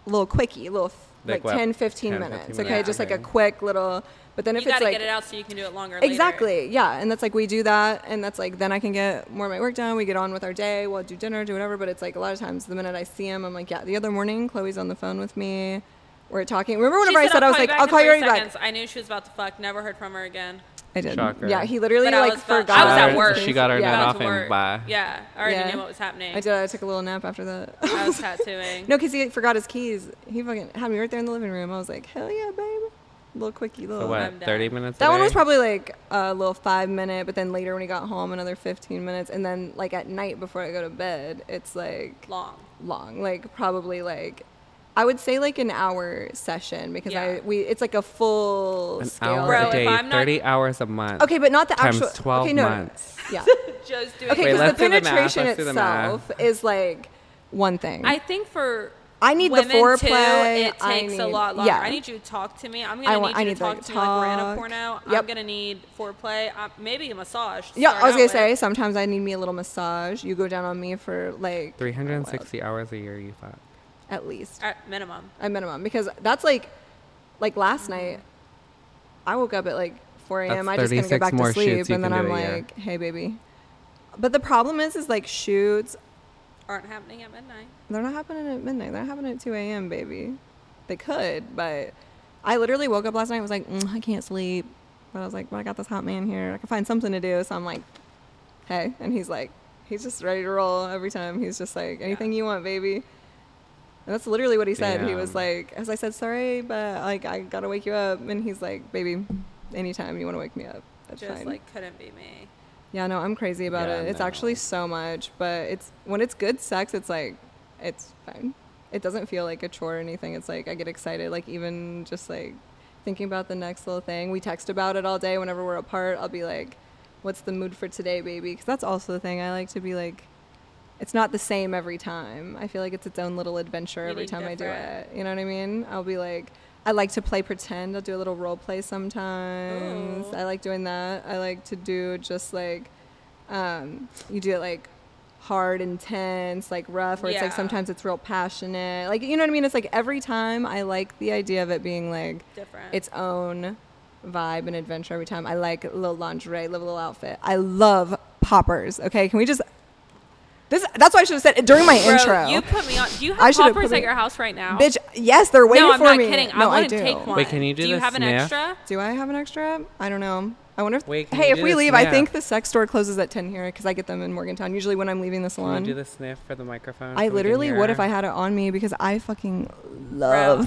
little quickie, little f- Like like, what? 10, 15 10, minutes. 15 okay, minutes, just like okay. a quick little. But then if you it's gotta like get it out so you can do it longer. later. Exactly. Yeah. And that's like we do that and that's like then I can get more of my work done. We get on with our day, we'll do dinner, do whatever. But it's like a lot of times the minute I see him, I'm like, Yeah, the other morning Chloe's on the phone with me. We're talking. Remember She whenever I said I "I'll was call you like, back I'll in call you 30 right back. seconds." I knew she was about to fuck. Never heard from her again. I did. Shocker. Yeah, he literally But I like was fine. forgot. I was at about work. me. She got her yeah. net About off to and work. bye. Yeah, I already Yeah. knew what was happening. I did. I took a little nap after that. I was tattooing. no, because he forgot his keys. He fucking had me right there in the living room. I was like, hell yeah, babe. Little quickie, little. So I'm what? done. Thirty minutes. a That one day? was probably like a little five minute, but then later when he got home, another 15 minutes. And then like at night before I go to bed, it's like Long. long, like probably like. I would say like an hour session because I Yeah. we it's like a full an scale. hour Bro, a if day, I'm not- thirty hours a month. Okay, but not the times actual. twelve okay, no, no, no. months. Yeah. Joe's doing. Okay, Wait, because the let's do the math, penetration let's do the math. itself is like one thing. I think for I need the women foreplay, Too, it I takes need- a lot longer. yeah. I need you to talk to me. I'm I gonna want- need I you need, to talk like, to me like Rana talk. Porno. I'm Yep. gonna need foreplay. Uh, maybe a massage. to yeah, start I was out gonna with. say sometimes I need me a little massage. You go down on me for like Three hundred and sixty hours a year. You fuck. at least. at minimum. a minimum because that's like like last night i woke up at like 4 a.m That's i just couldn't get 36 back more to shoots sleep you and then can i'm do a year. like hey baby but the problem is is like shoots Aren't happening at midnight. they're not happening at midnight they're happening at 2 a.m baby they could but i literally woke up last night and was like mm, i can't sleep but i was like well i got this hot man here i can find something to do so i'm like hey and he's like he's just ready to roll every time he's just like anything you want baby And that's literally what he said. He was Damn. like, as I said, sorry, but like I gotta wake you up. And he's like, baby, anytime you want to wake me up, that's Just fine. like couldn't be me. yeah, no, I'm crazy about Yeah, it. It's no. actually so much, but it's when it's good sex, it's like, it's fine. It doesn't feel like a chore or anything. It's like I get excited, like even just like thinking about the next little thing. We text about it all day. Whenever we're apart, I'll be like, what's the mood for today, baby? Because that's also the thing I like to be like. It's not the same every time. I feel like it's its own little adventure You every need time I do different. it. You know what I mean? I'll be like, I like to play pretend. I'll do a little role play sometimes. Ooh. I like doing that. I like to do just like, um, you do it like hard, intense, like rough, or it's like Yeah. sometimes it's real passionate. Like, you know what I mean? It's like every time I like the idea of it being like Different. its own vibe and adventure every time. I like a little lingerie, love a little outfit. I love poppers. Okay, can we just. This, that's what I should have said during my Bro, intro. You put me on. Do you have I should've poppers put at me- your house right now? Bitch, yes, they're waiting no, I'm for not me. kidding. I No, want do. to take one. Wait, can you do Do you the have an sniff? extra? Do I have an extra? I don't know. I wonder if. Wait, can hey, you if do we the leave, I snap? think the sex store closes at 10 here because I get them in Morgantown. Usually when I'm leaving the Can you do salon. the sniff for the microphone? so I we can literally hear? would if I had it on me because I fucking love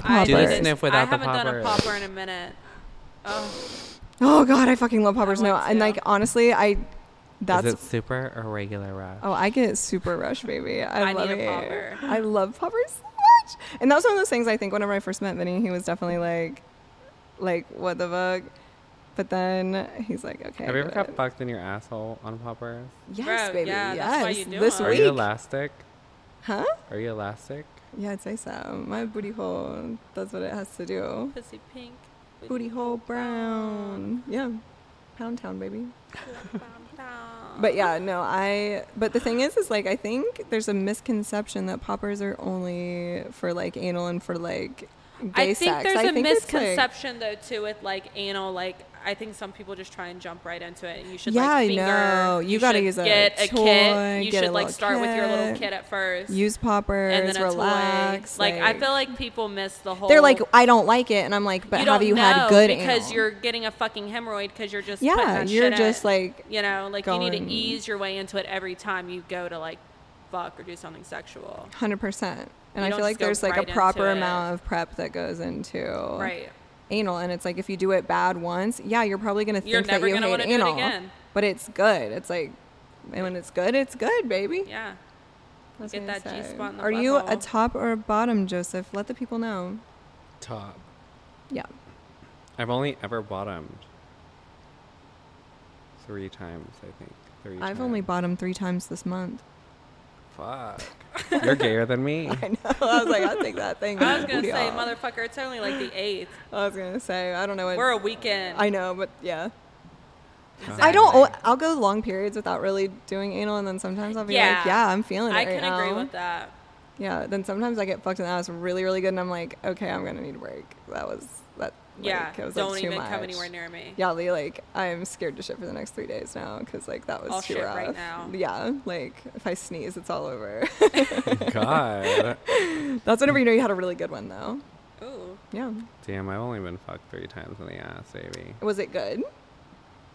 Bro, I poppers. Do the did- sniff without I the haven't done a poppers. popper in a minute. Oh, Oh god, I fucking love poppers. I No, want and to. like honestly, I that's Is it super or regular rush? oh I get super rush, baby. I, I need love a it. popper. I love poppers so much. And that was one of those things I think whenever I first met Vinny, he was definitely like, like what the fuck. But then he's like, okay. Have you ever I get got it. fucked in your asshole on poppers? Yes, Bro, baby. yeah, yes, that's why you do this 'em. Are week. you elastic? huh? Are you elastic? Yeah, I'd say so. My booty hole. That's what it has to do. pussy pink. Booty hole brown. Yeah, pound town, baby. But But yeah, no, I. But the thing is, is like I think there's a misconception that poppers are only for like anal and for like gay I think sex. there's I a think it's, like- misconception though too with like anal. Like I think some people just try and jump right into it. And you should Yeah, I like finger. know. You gotta should use a get a toy, kit. You get a should like little start with your little kit, kit at first, use poppers, and then a relax. toy. Like, I feel like people miss the whole. they're like, I don't like it, and I'm like, but you have don't you know had good because anal? you're getting a fucking hemorrhoid because you're just Yeah, putting that you're shit just, in. like, you know like you need going- to ease your way into it every time you go to like fuck or do something sexual hundred percent. And You I don't feel like just go there's like right a into proper it. amount of prep that goes into right anal and it's like if you do it bad once yeah you're probably gonna think You're that never you gonna hate wanna do it anal again. but it's good it's like and when it's good it's good baby yeah That's Get what I that G say. spot in the are you a butthole. top or a bottom joseph let the people know Top. yeah I've only ever bottomed three times, I think. Three i've only times. bottomed three times this month Fuck. You're gayer than me. I know. I was like, I'll take that thing. I was gonna Booty say, off. motherfucker, it's only like the eighth. I was gonna say, I don't know what. We're a weekend. I know, but yeah. Exactly. I don't. al- I'll go long periods without really doing anal, and then sometimes I'll be Yeah. like, "Yeah, I'm feeling it um, I right can now." agree with that. Yeah. Then sometimes I get fucked in the ass really, really good, and I'm like, "Okay, I'm gonna need a break." That was that. like, yeah, it was, like, don't too even much. come anywhere near me. Yeah, Lee, like I'm scared to shit for the next three days now because like that was All too shit rough. right now. Yeah, like if I sneeze, it's all over. God. That's whenever you know you had a really good one though. Ooh, Yeah. Damn, I've only been fucked three times in the ass, baby. Was it good?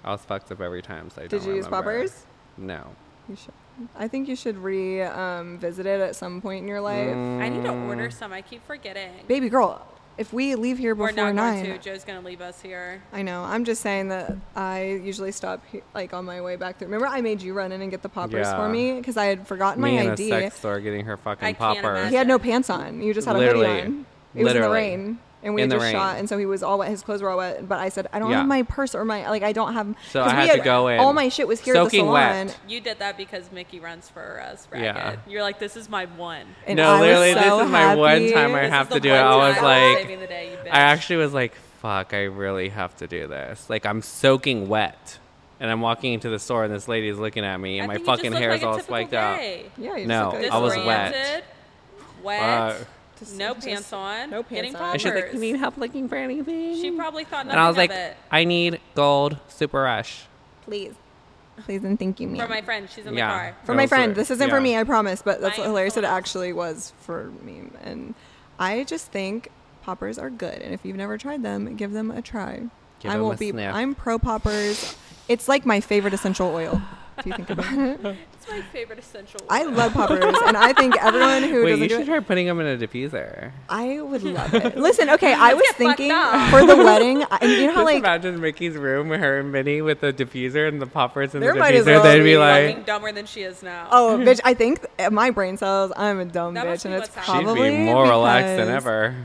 I was fucked up every time, so I Did don't you use remember. poppers? No. You should. I think you should re um, visit it at some point in your life. Mm. I need to order some. I keep forgetting. Baby girl, if we leave here We're before not nine, going to. Joe's gonna leave us here. I know. I'm just saying that I usually stop he- like on my way back through. Remember, I made you run in and get the poppers Yeah. for me because I had forgotten Me my in a ID. sex store getting her fucking I can't poppers. He had no pants on. You just had a Literally. hoodie on. It Literally. was in the rain. And we In had the rain. just shot, and so he was all wet. His clothes were all wet, but I said, "I don't Yeah. have my purse or my like. I don't have." So 'cause I we had to go in All my shit was here at the soaking salon, wet. You did that because Mickey runs for us, Yeah. bracket. You're like, this is my one. and No, I was literally, this so is my one happy. time I This have to is the do it. one I was time I'm like, saving the day, you bitch. I actually was like, fuck, I really have to do this. Like, I'm soaking wet. And I'm walking into the store, and this lady is looking at me, I and my think you just fucking look hair like is a all typical spiked out. gay. Yeah, you just No, look like This I was shit. wet. ranted, Fuck. wet, Just- no just- pants on, no pants getting on. And she's like, poppers. you need help looking for anything? She probably thought nothing and I was like, of it. I need gold super rush. Please, please, and thank you, ma'am. For my friend, she's in the Yeah. car. For my Also, friend. This isn't yeah. for me, I promise, but that's I am hilarious. It sorry. actually was for me. And I just think poppers are good. And if you've never tried them, give them a try. Give I 'em won't a be sniff. I'm pro poppers. It's like my favorite essential oil. If you think about it. It's my favorite essential. I oil. love poppers and I think everyone who Wait, you doesn't do should it try putting them in a diffuser. I would love it. Listen, okay, I was get fucked thinking up. for the wedding, I- and you know how Just like imagine Mickey's room, her and Minnie with the diffuser and the poppers and the There might as diffuser. well They'd be be fucking like, dumber than she is now. Oh, bitch! I think th- my brain cells. I'm a dumb That must bitch, be and it's what's she'd happening. probably be more relaxed than because ever.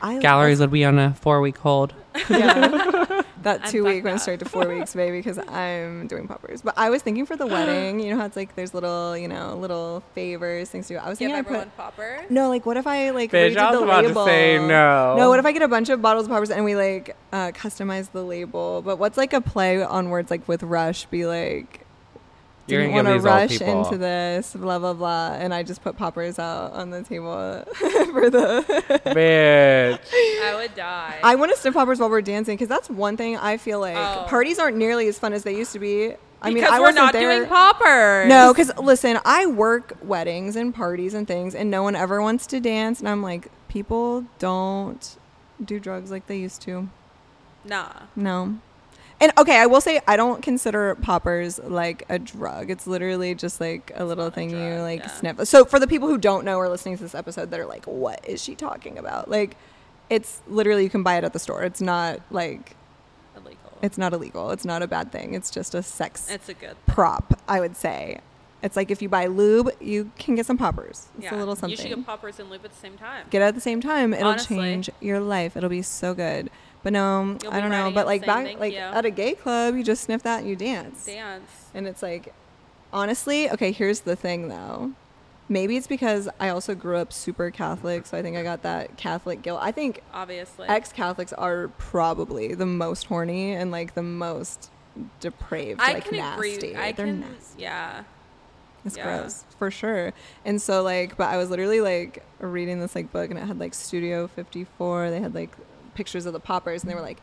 I Galleries would be on a four week hold. yeah. That two fucked week went up. straight to four weeks, baby, because I'm doing poppers. But I was thinking for the wedding, you know how it's like there's little, you know, little favors, things to do. I was Give thinking I everyone put. popper. No, like what if I like Bitch, redid I was the about to label? say no. No, what if I get a bunch of bottles of poppers and we like uh, customize the label? But what's like a play on words like with rush? Be like. You're Didn't gonna give want to these old rush people- into this, blah blah blah, and I just put poppers out on the table for the Bitch. I would die. I want to sniff poppers while we're dancing because that's one thing I feel like Oh. parties aren't nearly as fun as they used to be. I mean, because I we're wasn't not there. doing poppers. No, because listen, I work weddings and parties and things, and no one ever wants to dance. And I'm like, people don't do drugs like they used to. nah. No. And okay, I will say I don't consider poppers like a drug. It's literally just like a little thing you drug, like yeah. sniff. So for the people who don't know or listening to this episode, they're like, "What is she talking about?" Like, it's literally you can buy it at the store. It's not like Illegal. It's, it's not illegal. It's not a bad thing. It's just a sex a good. prop, I would say. It's like if you buy lube, you can get some poppers. It's yeah. a little You something. should get poppers and lube at the same time. get it at the same time. It'll Honestly. change your life. It'll be so good. But no, You'll I be don't know. riding But and like saying back, thank like you. at a gay club, you just sniff that and you dance. Dance. And it's like, honestly, okay. Here's the thing, though. Maybe it's because I also grew up super Catholic, so I think I got that Catholic guilt. I think Obviously. ex Catholics are probably the most horny and like the most depraved, I like can nasty. agree. I They're can. nasty. Yeah. It's Yeah. gross for sure. And so like, but I was literally like reading this like book, and it had like Studio 54. They had like pictures of the poppers, and they were like,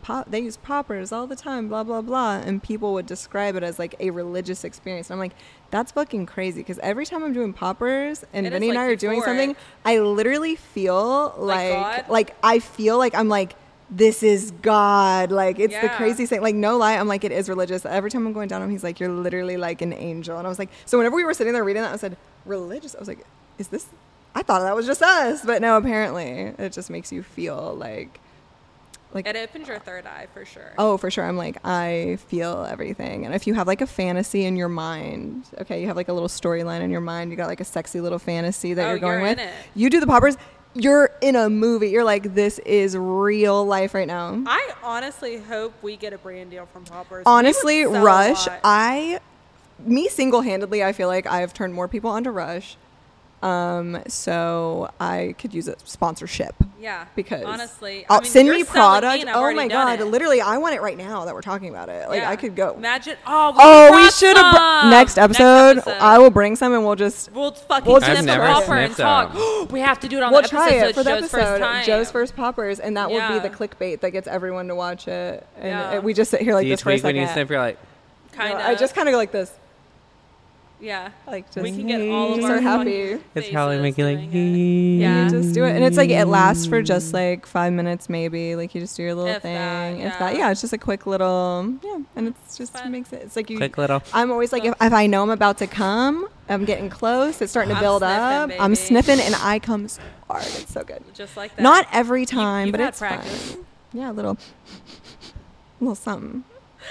pop. They use poppers all the time, blah blah blah. And people would describe it as like a religious experience. And I'm like, that's fucking crazy because every time I'm doing poppers, and It is, Vinny and like, I are doing euphoric. something, I literally feel Like like God? like I feel like I'm like. This is God. Like, it's the Yeah. craziest thing. Like, no lie, I'm like, it is religious. Every time I'm going down him, he's like, you're literally like an angel. And I was like, so whenever we were sitting there reading that, I said, religious. I was like, is this? I thought that was just us, but no, apparently it just makes you feel like, like, It opens your third eye for sure. oh, for sure. I'm like, I feel everything. And if you have like a fantasy in your mind, okay, you have like a little storyline in your mind, you got like a sexy little fantasy that Oh, you're going you're in with, it. you do the poppers, you're in a movie. You're like, this is real life right now. I honestly hope we get a brand deal from Poppers. honestly We would sell a rush lot. i me single-handedly i feel like i've turned more people onto rush Um, so I could use a sponsorship Yeah. because honestly, I'll I mean, send you're me selling product. and I've oh already my done god! it. Literally, I want it right now that we're talking about it. Like Yeah. I could go. Imagine. Oh, we oh, we brought should have. Br- some. next, episode, I will bring some and we'll just We'll fucking We'll we'll just just I've a never popper and sniffed talk. we have to do it on we'll the try episode. so it it's for Joe's the first episode. time. Joe's first poppers, and that will Yeah. be the clickbait that gets everyone to watch it. And Yeah. it- we just sit here like Do you this for a tweak when second. you sniff? You're like, Kind of. I just kind of go like this. Yeah. Like just we can get all of so our happy. it's probably making like, Yeah. Just do it, and it's like it lasts for just like five minutes, maybe. Like you just do your little If thing. that, If that, yeah. yeah, it's just a quick little, yeah, and it's just Fun. makes it. It's like you. quick little. I'm always like, if, if I know I'm about to come, I'm getting close. It's starting to I'm build up. sniffing, I'm baby. sniffing, and I come so hard. It's so good. Just like that. Not every time, you've but had it's fun. practice. Yeah, a little, little something.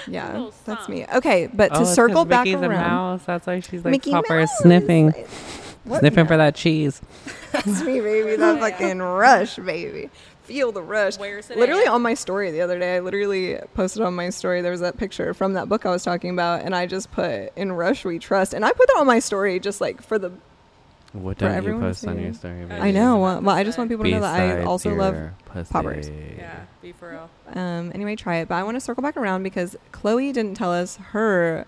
Yeah, little that's me. something. Okay, but Oh, to it's 'cause circle back Mickey's around, a mouse. That's why she's like Mickey popper Mouse. sniffing, What sniffing for mouse? that cheese. That's me, baby. That Yeah. fucking rush, baby. Feel the rush. Where's it literally at? on my story the other day, I literally posted on my story. There was that picture from that book I was talking about, and I just put "In Rush We Trust," and I put that on my story just like for the. What For don't you everyone post to on your see. story? I baby? I know. Besides uh, Well, I just want people to know that I Besides also love. your pussy. poppers. Yeah. Be for real. Um, anyway, try it. But I want to circle back around because Chloe didn't tell us her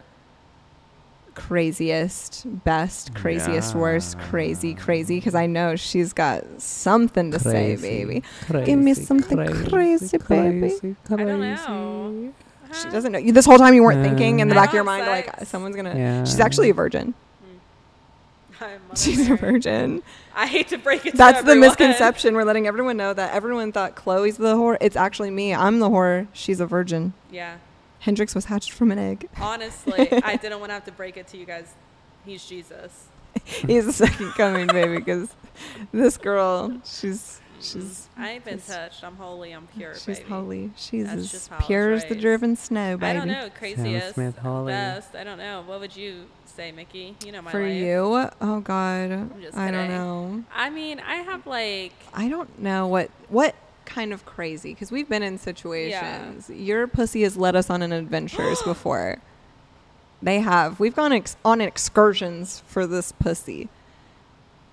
craziest, best, craziest, worst, crazy, crazy. Because I know she's got something to say, Crazy, baby. Crazy, Give me something crazy, baby. I don't know. She doesn't know. You, this whole time you weren't thinking in the I back of your want mind, like sex. someone's gonna. Yeah. She's actually a virgin. I'm Mother She's a Mary. virgin. I hate to break it. to That's the everyone. misconception. We're letting everyone know that everyone thought Chloe's the whore. It's actually me. I'm the whore. She's a virgin. Yeah. Hendrix was hatched from an egg. Honestly, I didn't want to have to break it to you guys. He's Jesus. He's the second coming, baby, because this girl, she's she's I ain't been Just- touched. I'm holy. I'm pure. she's baby. holy. She's That's as just how I was pure as the raised. driven snow, I baby. don't know. Craziest, Smith, holy. best. I don't know. What would you say, Mickey? You know my For life. you, oh god, just I don't kidding. know. I mean, I have like I don't know what what kind of crazy because we've been in situations. Your pussy has led us on an adventures before. They have. We've gone ex- on excursions for this pussy.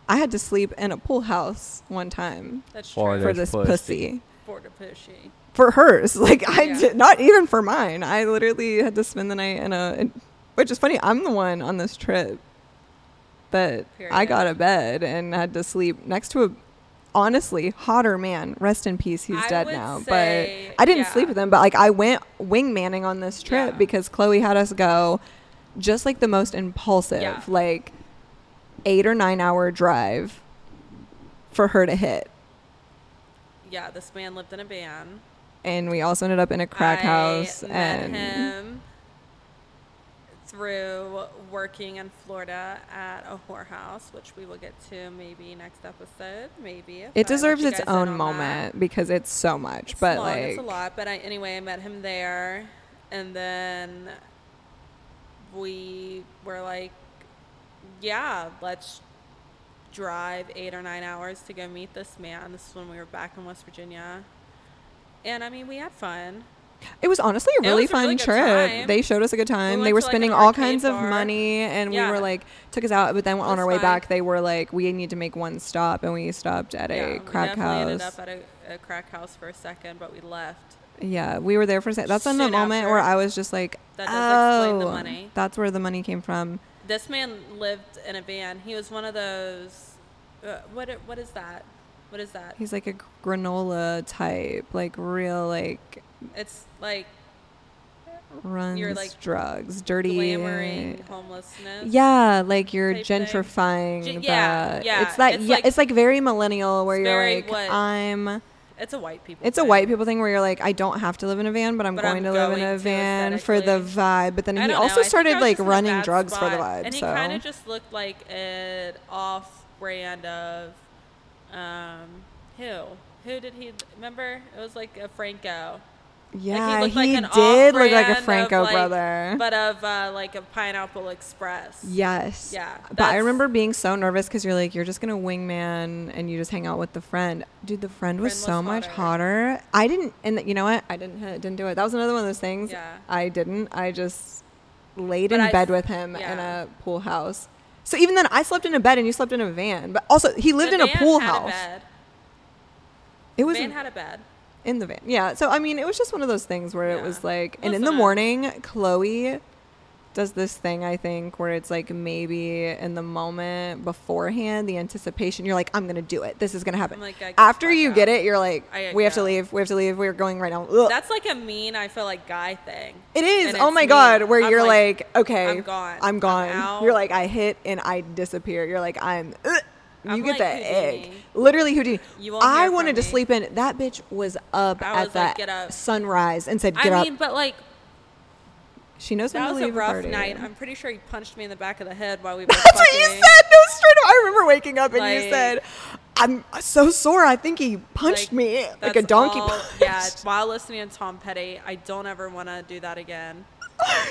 I had to sleep in a pool house one time that's Or true for There's this pussy. pussy. border pushy. For hers, like I Yeah. did not even for mine. I literally had to spend the night in a, in- which is funny. I'm the one on this trip that I Period. got a bed and had to sleep next to a honestly hotter man. Rest in peace. He's I dead would now. say- but I didn't yeah. sleep with him. But like I went wingmanning on this trip Yeah. because Chloe had us go just like the most impulsive, Yeah. like eight or nine hour drive for her to hit. Yeah, this man lived in a van. And we also ended up in a crack I house met and. him through working in Florida at a whorehouse, which we will get to maybe next episode, maybe. if I It let deserves you its guys in on own that. moment because it's so much. It's but long, like, it's a lot. But I, anyway, I met him there, and then we were like, "Yeah, let's drive eight or nine hours to go meet this man." This is when we were back in West Virginia, and I mean, we had fun. it was honestly a It really was a fun really good trip. time. They showed us a good time. went they were to, like, an spending all arcade kinds of bar. money, and Yeah. we were like, took us out. But then on was our way fun. back, they were like, we need to make one stop, and we stopped at yeah, a crack we definitely ended house. up at a, a crack house for a second, but we left. yeah, we were there for a second. That's on the Soon moment after. where I was just like, That oh, does explain the money." that's where the money came from. This man lived in a van. He was one of those. Uh, what? What is that? What is that? He's like a granola type, like real like It's like runs like, drugs, dirty uh, glamoring homelessness. Yeah, like you're type thing. gentrifying. Gen- yeah, yeah, yeah, It's that. it's yeah, like- it's like very millennial, where It's you're very like, what- I'm. It's a white people. It's a thing. white people thing where you're like, I don't have to live in a van, but I'm But going I'm to live in going to a van for the aesthetically. vibe. But then I he don't know, I also think I started was like just in a running bad drugs for the spot. vibe. And he so kind of just looked like an off brand of um, who? Who did he remember? It was like a Franco. like yeah, he, looked like he an did look like off-brand a of, Franco like- brother. but of uh, like a Pineapple Express. Yes. Yeah, But I that's- remember being so nervous because you're like, you're just gonna wingman and you just hang out with the friend. Dude, the friend was so Friend was much hotter. hotter. I didn't, and th- you know what? I didn't, hit- didn't do it. That was another one of those things. Yeah. I didn't. I just laid But in I- bed with him in yeah. a pool house. So even then, I slept in a bed and you slept in a van. But also, he lived The in a van pool had house. bed. It The was van had a bed. in the van. Yeah. So I mean, it was just one of those things where it was Yeah. like, and in Listen the up. morning, Chloe does this thing I think where it's like maybe in the moment beforehand, the anticipation. You're like, I'm gonna do it. This is gonna happen. I'm like, I get the After fuck you out. get it, you're like, I- we have to yeah. leave. We have to leave. We're going right now. Ugh. That's like a mean, I feel like, guy thing. Oh. It is. And Oh it's my me. god, where I'm you're like, okay, I'm gone. I'm I'm gone. out. you're like, I hit and I disappear. You're like, I'm. Ugh. You I'm get like that egg. Houdini. Literally Houdini. You won't I hear wanted from to me. sleep in. That bitch was up I was at like, that "Get up." sunrise and said, I "Get mean, up." but like, She knows when that to was a leave rough party. night. I'm pretty sure he punched me in the back of the head while we were That's what you fucking. said. No, straight up. I remember waking up and you Like- said, "I'm so sore. I think he punched Like, me like a that's donkey." all- punch." Yeah, while listening to Tom Petty, I don't ever want to do that again.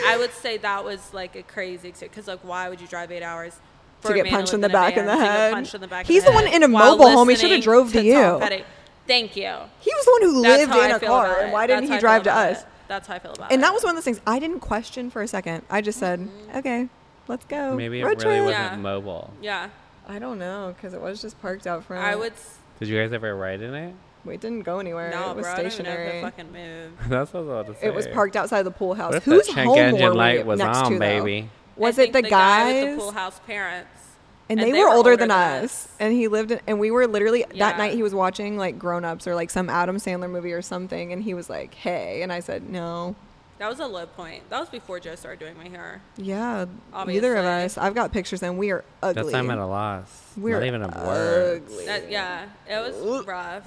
I would say that was like a crazy experience because, like, why would you drive eight hours for To a get man to punched live in the a back of van the to get head? punched in the back of He's the one head in a while mobile home. He should've listening drove to you. Tom Petty. Thank you. he was the one who That's lived how I in a feel car. about And it. why That's didn't how I feel he drive to about us? it. That's how I feel about it. And that was one of those things I didn't question for a second. I just said, okay, let's go. Maybe it Road really trip." wasn't Yeah. mobile. Yeah, I don't know because it was just parked out front. I would. s- Did you guys ever ride in it? We didn't go anywhere. No, it was bro, I don't stationary. even know if it fucking moved. That's what I was about to say. it was parked outside the pool house. What if that Whose check home engine were we light was next on, to, though? baby? Was I it think the, guy with guys? the pool house parents? and, they, were, older, than, us. And he lived in, and we were literally Yeah. that night he was watching like Grown Ups or like some Adam Sandler movie or something, and he was like, "Hey," and I said, "No." That was a low point. That was before Joe started doing my hair. Yeah, neither of Obviously. us. I've got pictures, and we are ugly. That's why I'm at a loss. We're Not even a word. ugly. That, yeah, it was rough.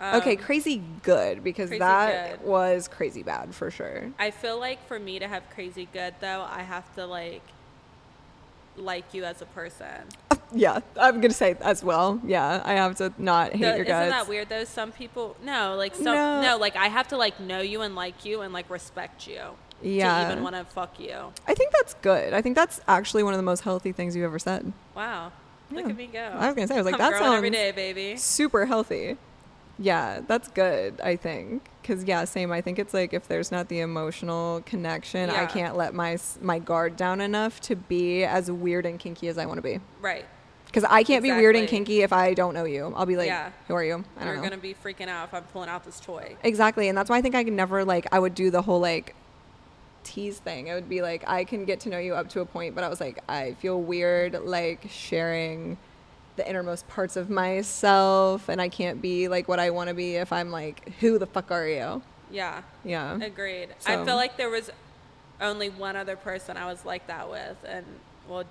Um, okay, crazy good because crazy that good. was crazy bad for sure. I feel like for me to have crazy good though, I have to like like you as a person. Yeah, I'm gonna say as well. Yeah, I have to not hate Though- your isn't guts. that weird though? Some people no, like some No. no. like I have to like know you and like you and like respect you. Yeah. To even want to fuck you. I think that's good. I think that's actually one of the most healthy things you've ever said. Wow. Look Yeah. at me go. I was gonna say, I was like, I'm that growing every sounds- day, baby. Super healthy. Yeah, that's good. I think because yeah, same. I think it's like if there's not the emotional connection, I Yeah. can't let my s- my guard down enough to be as weird and kinky as I want to be. Right. Because I can't be weird and Exactly. kinky if I don't know you. I'll be like, Yeah. who are you? I don't You're know. gonna be freaking out if I'm pulling out this toy. Exactly, and that's why I think I could never like I would do the whole like tease thing. It would be like I can get to know you up to a point, but I was like I feel weird like sharing the innermost parts of myself, and I can't be like what I want to be if I'm like who the fuck are you? Yeah. Yeah, Agreed. So- I feel like there was only one other person I was like that with, and well,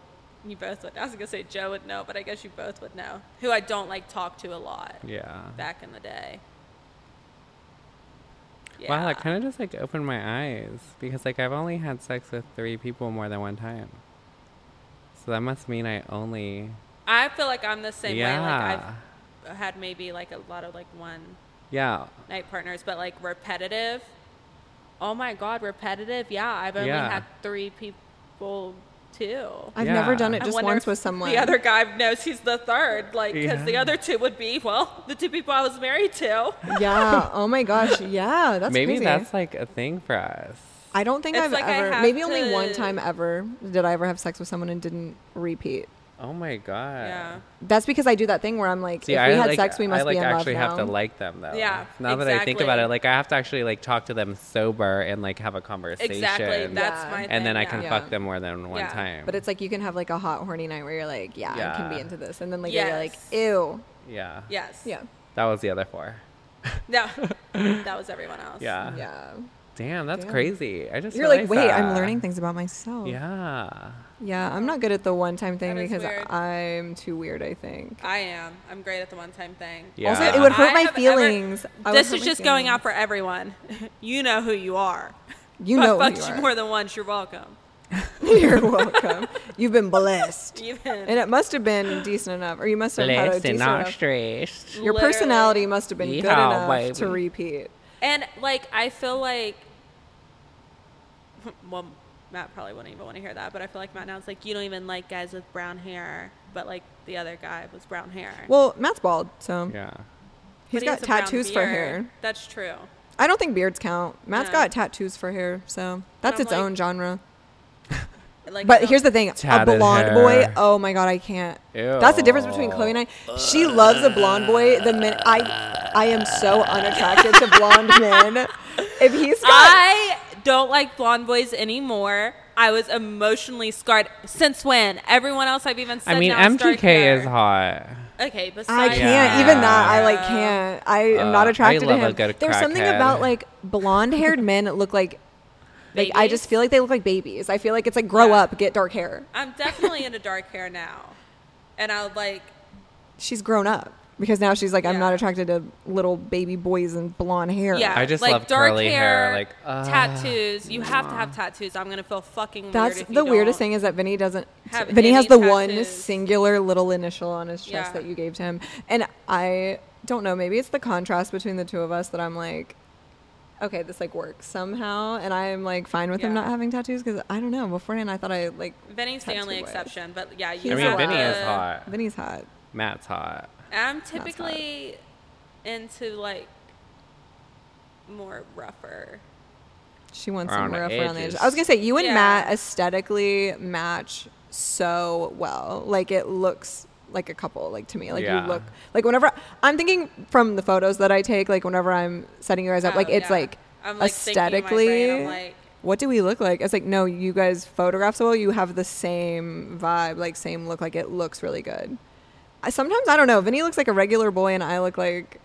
you both would. I was gonna say Joe would know, but I guess you both would know who I don't like talk to a lot Yeah. back in the day. Wow, that kind of just like opened my eyes because like I've only had sex with three people more than one time. So that must mean I only. I feel like I'm the same way. yeah. Like I've had maybe like a lot of like one yeah. night partners, but like repetitive. Oh my god, repetitive. Yeah, I've only Yeah. had three people too. I've never done Yeah. it I just wonder once if with someone. The other guy knows he's the third, like, because the Yeah. other two would be, well, the two people I was married to. yeah. Oh my gosh. Yeah, that's Maybe crazy. that's like a thing for us. I don't think It's I've like I ever. have maybe only to- one time ever did I ever have sex with someone and didn't repeat. Oh my god. Yeah. That's because I do that thing where I'm like, See, if I we had like, sex, we I, must like be in love actually now. have to like them though. Yeah, Now that I think about exactly. it, like I have to actually like talk to them sober and like have a conversation. Exactly. That's Yeah. my and then thing, I yeah. can Yeah. fuck them more than one Yeah. time. But it's like you can have like a hot horny night where you're like, yeah, I can be Yeah. into this, and then later you're like, Yes. ew, yeah. Yes. yeah, That was the other four. No, that was everyone else. Yeah. yeah. Damn, that's Damn. crazy. Uh, I just You're like, realized wait, I'm that. learning things about myself. Yeah. yeah. I'm not good at the one time thing That is because weird. Uh, I'm too weird. I think. I am. I'm great at the one time thing. Yeah. Also, it would hurt I my have ever- feelings. I would this hurt is my just going out feelings. for everyone. you know who you are. You If I know who fucked you you are. more than once. You're welcome. You're welcome. You've been blessed, Even and it must have been decent enough, or you must have had a decent enough. stressed. Your Literally. personality must have been good Yeehaw, enough to baby. repeat. And like I feel like well Matt probably wouldn't even want to hear that, but I feel like Matt now is like you don't even like guys with brown hair, but like the other guy was brown hair. Well, Matt's bald, so Yeah. he's But he got has a brown tattoos for beard. hair. That's true. I don't think beards count. Matt's No. got tattoos for hair, so that's I'm its own like- genre. Like, But here's the thing: a Tatted blonde hair. boy. Oh my god, I can't. That's the difference between Chloe and I. She loves a blonde boy. The minute I, I am so unattracted to blonde men. If he's got, I don't like blonde boys anymore. I was emotionally scarred since when? Everyone else I've even said. I mean, now is dark MGK is hair. hot. Okay, but I can't. Yeah. Even that, I like can't. I am Uh, not I attracted love to a him. good There's something crackhead. about like blonde-haired men that look like. Like I just Babies? feel like they look like babies. I feel like it's like grow Yeah. up, get dark hair. I'm definitely into dark hair now, and I would like. She's grown up because now she's like I'm Yeah. not attracted to little baby boys and blonde hair. Yeah, I just like love dark curly hair, like, ah, tattoos. You have to have tattoos. I'm gonna feel fucking. That's weird if the you weirdest don't. thing is that Vinny doesn't. have Vinny has the any one tattoos. singular little initial on his chest Yeah. that you gave to him, and I don't know. Maybe it's the contrast between the two of us that I'm like, okay, this like works somehow, and I'm like fine with him Yeah. not having tattoos because I don't know. Beforehand, I thought I like Benny's the only tattoo-wise. exception, but yeah, you I He's mean, have hot. Vinny is to- hot. Vinny's hot. Matt's hot. I'm typically into like more rougher. She wants Around some the rough around the edges. edges. I was gonna say you and Yeah. Matt aesthetically match so well. Like it looks like a couple, like to me. Like Yeah. you look like whenever I'm thinking from the photos that I take, like whenever I'm setting you guys up, Oh, like it's yeah. like I'm, like, thinking in my aesthetically. brain, I'm like- what do we look like? It's like no, you guys photograph so well. You have the same vibe, like same look. Like it looks really good. I, sometimes I don't know. Vinny looks like a regular boy, and I look like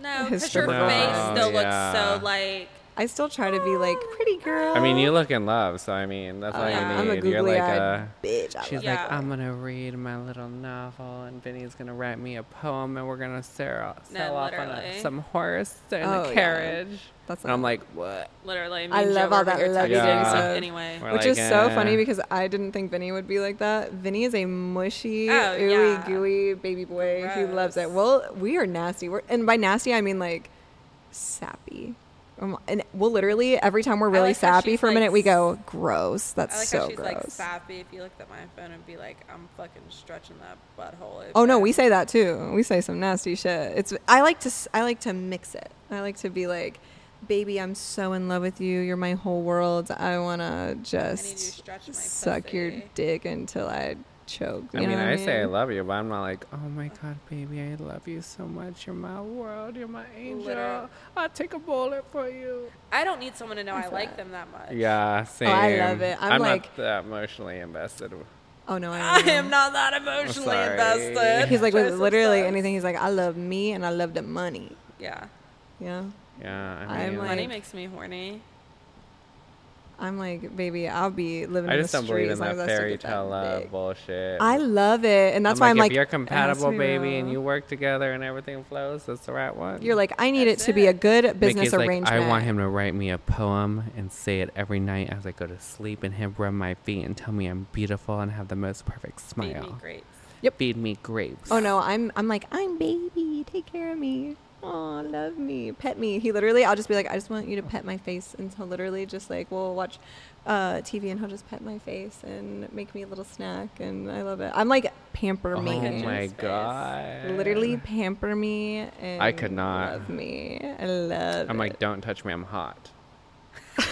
No, His because your stripper face pose. still Yeah. looks so like. I still try to be like pretty Oh, girl. I mean, you look in love, so I mean, that's all yeah. you I'm need. a You're like googly-eyed a. bitch. I She's love Yeah. like, I'm gonna read my little novel, and Vinny's gonna write me a poem, and we're gonna sell, No, sell off on a, literally. some horse and Oh, yeah. a carriage. That's And I'm not- like, what? Literally, me I and love Joe all were that here love texting eating and stuff stuff. Anyway, We're Which like, is so eh. funny because I didn't think Vinny would be like that. Vinny is a mushy, Oh, ooey yeah. gooey baby boy who loves it. Gross. Well, we are nasty. We're, and by nasty, I mean like sappy. Um, And we'll literally, every time we're really like how sappy she's for a like minute, we s- go, gross. That's I like so how she's like gross. sappy. If you looked at my phone and be like, I'm fucking stretching that butthole. oh, no, open." we say that too. We say some nasty shit. It's I like to s- I like to mix it. I like to be like, baby, I'm so in love with you. You're my whole world. I want to I need you to just stretch my suck your pussy. dick until I choke. I you mean, know I what say I mean? love you, but I'm not like, oh my god, baby, I love you so much. You're my world. You're my angel. Literal. I'll take a bullet for you. I don't need someone to know I, feel like that. them that much. Yeah, same. Oh, I love it. I'm like- not that emotionally invested. Oh no, I I, am not that emotionally sorry. invested. He's like with Joseph literally says. anything. He's like, I love me and I love the money. Yeah, Yeah, Yeah, I I'm mean, like- money makes me horny. I'm like, baby, I'll be living. I in just the don't believe street in as long that as I still fairy get that tale love dick. bullshit. I love it, and that's why I'm if like, you're it has to compatible, be baby, and real. you work together and everything flows, that's the right one. uh, You're like, I need it That's to be a it. good business Mickey's arrangement. Like, I want him to write me a poem and say it every night as I go to sleep, and him rub my feet and tell me I'm beautiful and have the most perfect Feed smile. me grapes. Feed me grapes. Oh no, I'm I'm like, I'm baby, take care of me. Oh, love me, pet me. He literally, I'll just be like, I just want you to pet my face, and he'll literally just like, we'll watch uh, TV, and he'll just pet my face and make me a little snack, and I love it. I'm like pamper Oh me, my Face. god. literally pamper me. And I could not. love me. I love. I'm it. like, don't touch me. I'm hot.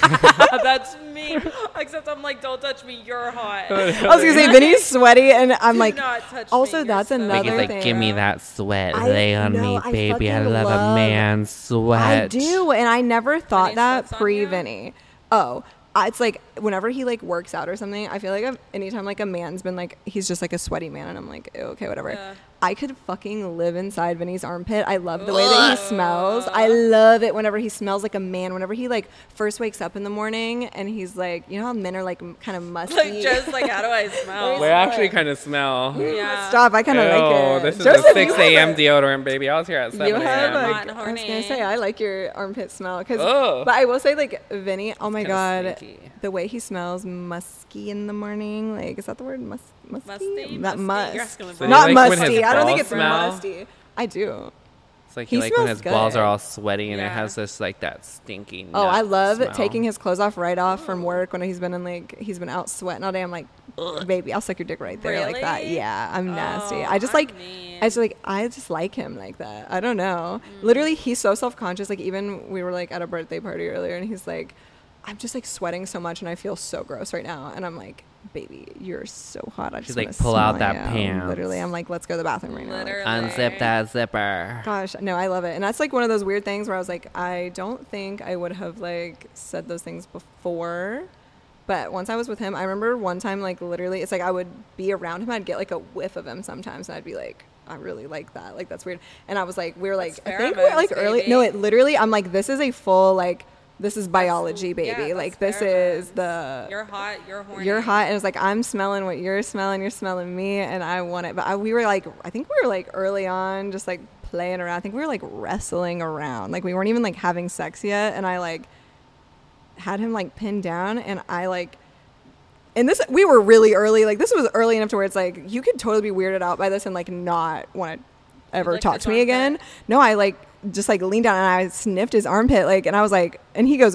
That's me. Except I'm like, don't touch me. You're hot. I was gonna say Vinny's sweaty, and I'm Do like, not touch me, also you're that's so another Mickey's like, thing. give me that sweat. I- Lay on no, me, I baby. I fucking love, love- a man's sweat. I do, and I never thought he that sweats on pre you? Vinny. Oh, I- it's like whenever he like works out or something, I feel like I've, anytime like a man's been like he's just like a sweaty man, and I'm like "Ew, okay, whatever. Yeah. I could fucking live inside Vinny's armpit. I love the way that he smells. I love it whenever he smells like a man. Whenever he like first wakes up in the morning and he's like, you know how men are like kind of musty. like Joe's like, how do I smell? We actually kind of smell. Yeah. Stop! I kind of like it. this is Joseph, a 6 you have a.m. deodorant, baby. I was here at 7 You have oh a.m. like Not I was gonna horny. say I like your armpit smell because Ugh. but I will say like Vinny oh my Oh. kinda god stinky. the way he smells musky in the morning like is that the word mus- musky Musty? not Musty? You're musk asking So about- you not like when musty his I don't think balls it's smell? musty I do It's like He like when smells his balls good. are all sweaty and it Yeah. has this like that stinky. oh I nut love smell. taking his clothes off right off from work when he's been in like he's been out sweating all day I'm like baby I'll suck your dick right there like that Really? yeah I'm nasty Oh, I just I'm like I just like I just like him like that. I don't know. Literally, he's so self conscious. Like even we were like at a birthday party earlier, and he's like, "I'm just like sweating so much, and I feel so gross right now." And I'm like, baby, you're so hot. I She's just like, wanna "Pull out that smile." pants. Literally, I'm like, let's go to the bathroom right now. Like, Literally. Unzip that zipper. Gosh, no, I love it. And that's like one of those weird things where I was like, I don't think I would have like said those things before. But once I was with him, I remember one time, like literally, it's like I would be around him. I'd get like a whiff of him sometimes, and I'd be like, I really like that. Like that's weird. And I was like, we were like, I think we're like pheromones, early. baby. No, it literally. I'm like, this is a full like, this is biology, yeah, baby. that's like this is the You're hot. You're horny. you're hot and it's like i'm smelling what you're smelling you're smelling me and i want it but I, we were like i think we were like early on just like playing around i think we were like wrestling around like we weren't even like having sex yet and i like had him like pinned down and i like and this we were really early like this was early enough to where it's like you could totally be weirded out by this and like not want to ever like, talk the to me dark again bit. no i like just like leaned down and i sniffed his armpit like and i was like and he goes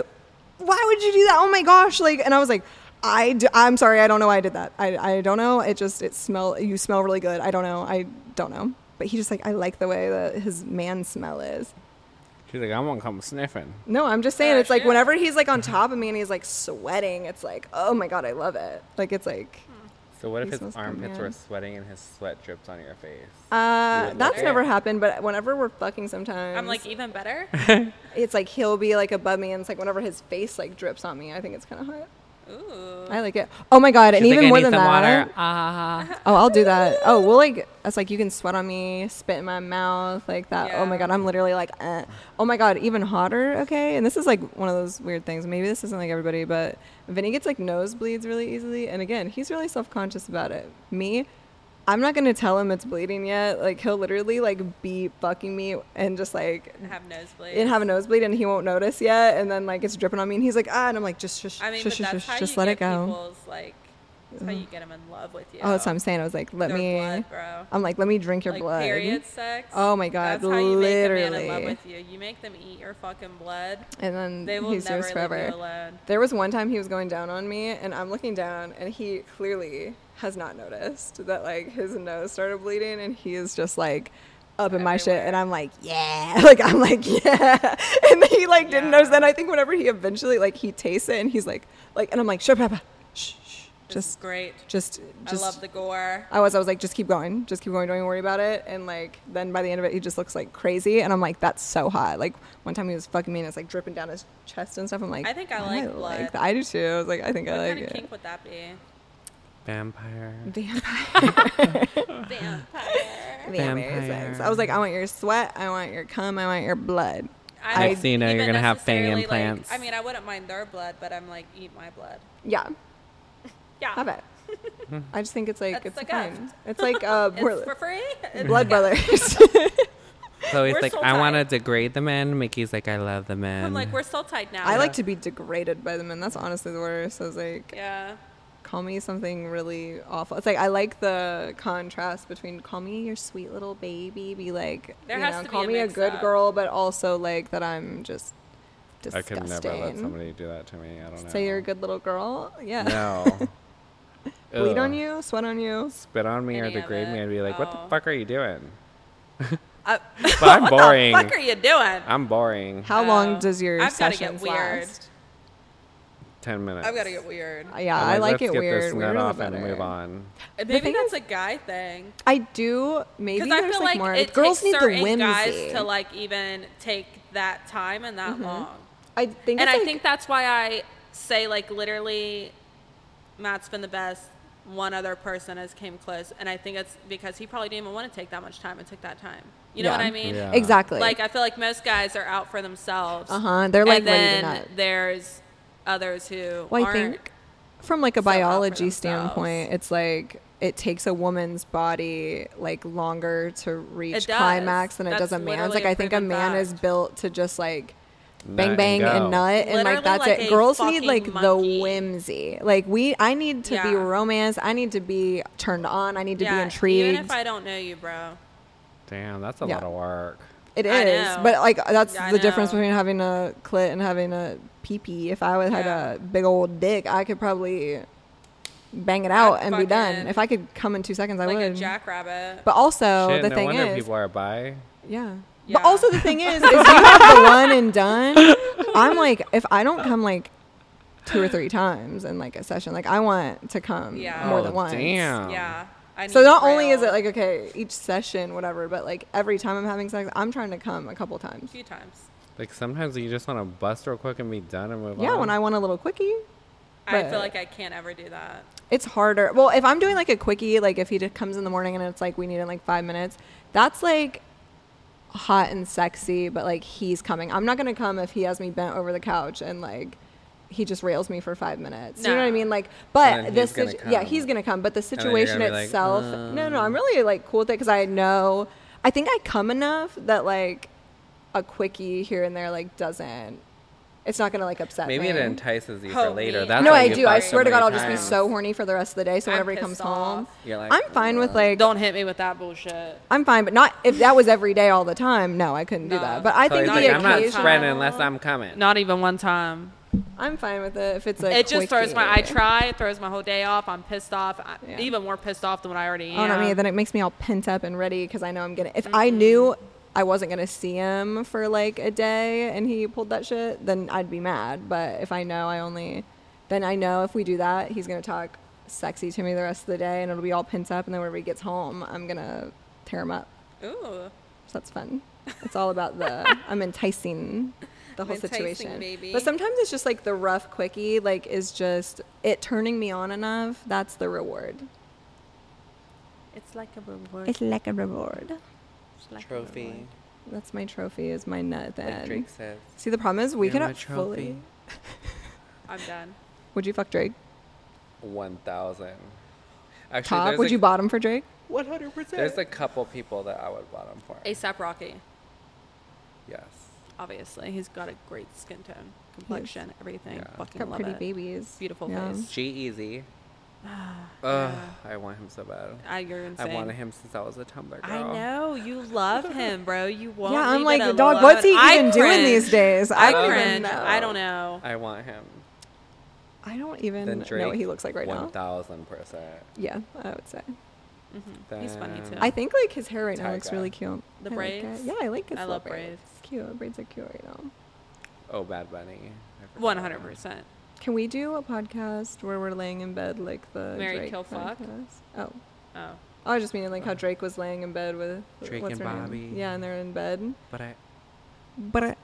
why would you do that oh my gosh like and i was like i d- i'm sorry i don't know why i did that i, I don't know it just it smell you smell really good i don't know i don't know but he just like i like the way that his man smell is She's like, I'm gonna come sniffing. no, I'm just saying. Oh, It's like shit. whenever he's like on top of me and he's like sweating, it's like, oh my god, I love it. Like it's like, So what if He his smells good, armpits man. were sweating and his sweat dripped on your face? You uh, would that's like never it. happened. But whenever we're fucking, sometimes I'm like even better. it's like he'll be like above me, and it's like whenever his face like drips on me, I think it's kind of hot. Ooh. I like it. Oh my god, and She's like, even "I more need than some that. Water. Ah. Oh, I'll do that. Oh, well, like it's like you can sweat on me, spit in my mouth, like that. Oh my Yeah. god, I'm literally like, eh. oh my god, even hotter. Okay, and this is like one of those weird things. Maybe this isn't like everybody, but Vinny gets like nosebleeds really easily, and again, he's really self conscious about it. Me, I'm not gonna tell him it's bleeding yet. Like he'll literally like be fucking me and just like I have nosebleeds. and have a nosebleed, and he won't notice yet, and then like it's dripping on me, and he's like, ah, and I'm like, just shush, I mean, shush, but shush, that's shush, how just you let get it go. people's like. That's how you get them in love with you. Oh, that's what I'm saying. I was like, let Their me. blood, bro. I'm like, let me drink your like blood. period sex. Oh my God, That's how you make a man in love literally. with you. You make them eat your fucking blood. And then They will he's never yours leave you forever. alone. There was one time he was going down on me, and I'm looking down, and he clearly has not noticed that like his nose started bleeding, and he is just like up in my shit, and I'm like, yeah, like I'm like, yeah, and he like didn't notice. Then I think whenever he eventually like he tastes it, and he's like, like, and I'm like, sure, Papa, shh, shh, This is just, great. just, just, I love the gore. I was, I was like, just keep going, just keep going, don't even worry about it. And like, then by the end of it, he just looks like crazy. And I'm like, that's so hot. Like one time he was fucking me and it's like dripping down his chest and stuff. I'm like, I think I "Oh, like blood." that. I do too. I was like, I think What I kind like of it. kink would that be? Vampire. Vampire, Vampire. vampire sex. I was like, I want your sweat, I want your cum, I want your blood. I Next thing you know, even you're gonna have fang necessarily, like- implants. I mean, I wouldn't mind their blood, but I'm like, eat my blood. Yeah, Yeah. have it. I just think it's like That's it's the fine. gift. It's like uh, It's we're- for free. It's- blood brothers. Chloe's We're like, so I want to tired." degrade the men. Mickey's like, I love the men. I'm like, we're so tied now. I like to be degraded by them, and that's honestly the worst. I was like, Yeah. call me something really awful. It's like I like the contrast between call me your sweet little baby, be like There you has to know, be call a me a good mix-up. girl, but also like that I'm just I disgusting. could never let somebody do that to me. I don't know. Say you're a good little girl, yeah. No. Bleed on Ugh. you, sweat on you. Spit on me or Any of degrade me it. and be like, what Oh. the fuck are you doing? Uh, But I'm boring. What the fuck are you doing? I'm boring. How Oh. long does your I've gotta get sessions weird. last? Ten minutes. I've got to get weird. Uh, Yeah, I'm I like let's it get weird. This Weirder nut the off and better. move on. Maybe thing that's a guy thing. I do. Maybe Because I there's feel like like, more. it Girls takes need the certain whimsy. guys to like even take that time and that long. Mm-hmm. I think. And it's I like- think that's why I say like literally, Matt's been the best. One other person has came close, and I think it's because he probably didn't even want to take that much time and took that time. You know Yeah. what I mean? Yeah. exactly. Like I feel like most guys are out for themselves. Uh-huh, they're, and like, ready to then nut. there's others who Well, I aren't. think from like a out for biology themselves. standpoint, it's like it takes a woman's body like longer to reach It does. climax than it That's does a man's. literally Like a I think a proven man is fact. built to just like Nut bang and bang and, go. nut and Literally like that's like it. a Girls need fucking like the monkey. whimsy. Like we I need to be Yeah. romance. I need to be turned on. I need to yeah, be intrigued. Even if I don't know you, bro. Damn, that's a Yeah. lot of work. It I is, know. but like that's I the difference know. between having a clit and having a pee pee. If I would had Yeah. a big old dick, I could probably bang it out and be done. fucking- If I could come in two seconds, I Like would. a jackrabbit. but also Shit, Oh, the no thing wonder is, people are bi. yeah. Yeah. But also the thing is, is you have the one and done. I'm like, if I don't come like two or three times in like a session. Like I want to come Yeah. more Oh, than once. damn. yeah. I Um, So need not only is braille it like okay, each session, whatever, but like every time I'm having sex, I'm trying to come a couple times. a few times. Like sometimes you just want to bust real quick and be done and move on. Yeah, when I want a little quickie, I feel But- like I can't ever do that. it's harder. Well, if I'm doing like a quickie, like if he just comes in the morning and it's like we need in like five minutes, that's like hot and sexy, but like he's coming. I'm not gonna come if he has me bent over the couch and like he just rails me for five minutes. You know what I Nah. mean? Like, And then but he's this, gonna situ- yeah, come. he's gonna come. But the then you're situation gonna be like, "Uh." itself, no, no, I'm really like cool with it because I know, I think I come enough that like a quickie here and there like doesn't, it's not gonna like upset Maybe me. it entices you for Oh, later. man. That's no, why I you do. I fuck so swear to many God, I'll just be times. so horny for the rest of the day. So I'm whenever he comes pissed home, off. You're like, I'm fine with "Ugh." like Don't hit me with that bullshit. I'm fine, but not if that was every day all the time. No, I couldn't do No. that. But I So think he's the like, occasion, I'm not spreading I'm, unless I'm coming. Not even one time. fine with it if it's like it just throws my. I quickie. try. It throws my whole day off. I'm pissed off. I- Yeah. Even more pissed off than what I already am. Oh no, me. Then it makes me all pent up and ready because I know I'm gonna. If I Mm-hmm. knew I wasn't gonna see him for like a day and he pulled that shit, then I'd be mad. But if I know I only, then I know if we do that, he's gonna talk sexy to me the rest of the day, and it'll be all pent up. And then whenever he gets home, I'm gonna tear him up. Ooh. So that's fun. It's all about the I'm enticing the I'm whole enticing, situation. baby. But sometimes it's just like the rough quickie, like is just it turning me on enough. That's the reward. It's like a reward. It's like a reward. It's like a Trophy, reward. That's my trophy. Is my nut at the like end. Drake says. See, the problem is we You're my cannot fully. trophy. I'm done. Would you fuck Drake? One thousand. Actually, Top? there's Would a- you bottom for Drake? One hundred percent. There's a couple people that I would bottom for. ASAP Rocky. Yes. Obviously, he's got a great skin tone, complexion, everything. Yeah. Fucking Got love pretty it. babies. Beautiful face. G Easy. Ugh, Yeah. I want him so bad. I, Ah, you're insane. I've wanted him since I was a Tumblr girl. I know you love him, bro. You won't. yeah, I'm leave like, it dog, alone. what's he I even doing cringe. these days? I don't even cringe. know. I don't know. I want him. I don't even Then Drake. know what he looks like right One now. thousand percent. Yeah, I would say. He's funny, too. I think like his hair right now Tiger. looks really cute. The I like it. braids? yeah, I like his I little love braids. braids. It's cute. Braids are cute right now. Oh, Bad Bunny. I forgot One about hundred him. percent. Can we do a podcast where we're laying in bed like the Marry, Drake Kill, Fuck? podcast? Oh, Oh, I was just meaning like how Drake was laying in bed with Oh. Drake what's and her name? Bobby. Yeah, and they're in bed. But I. But I,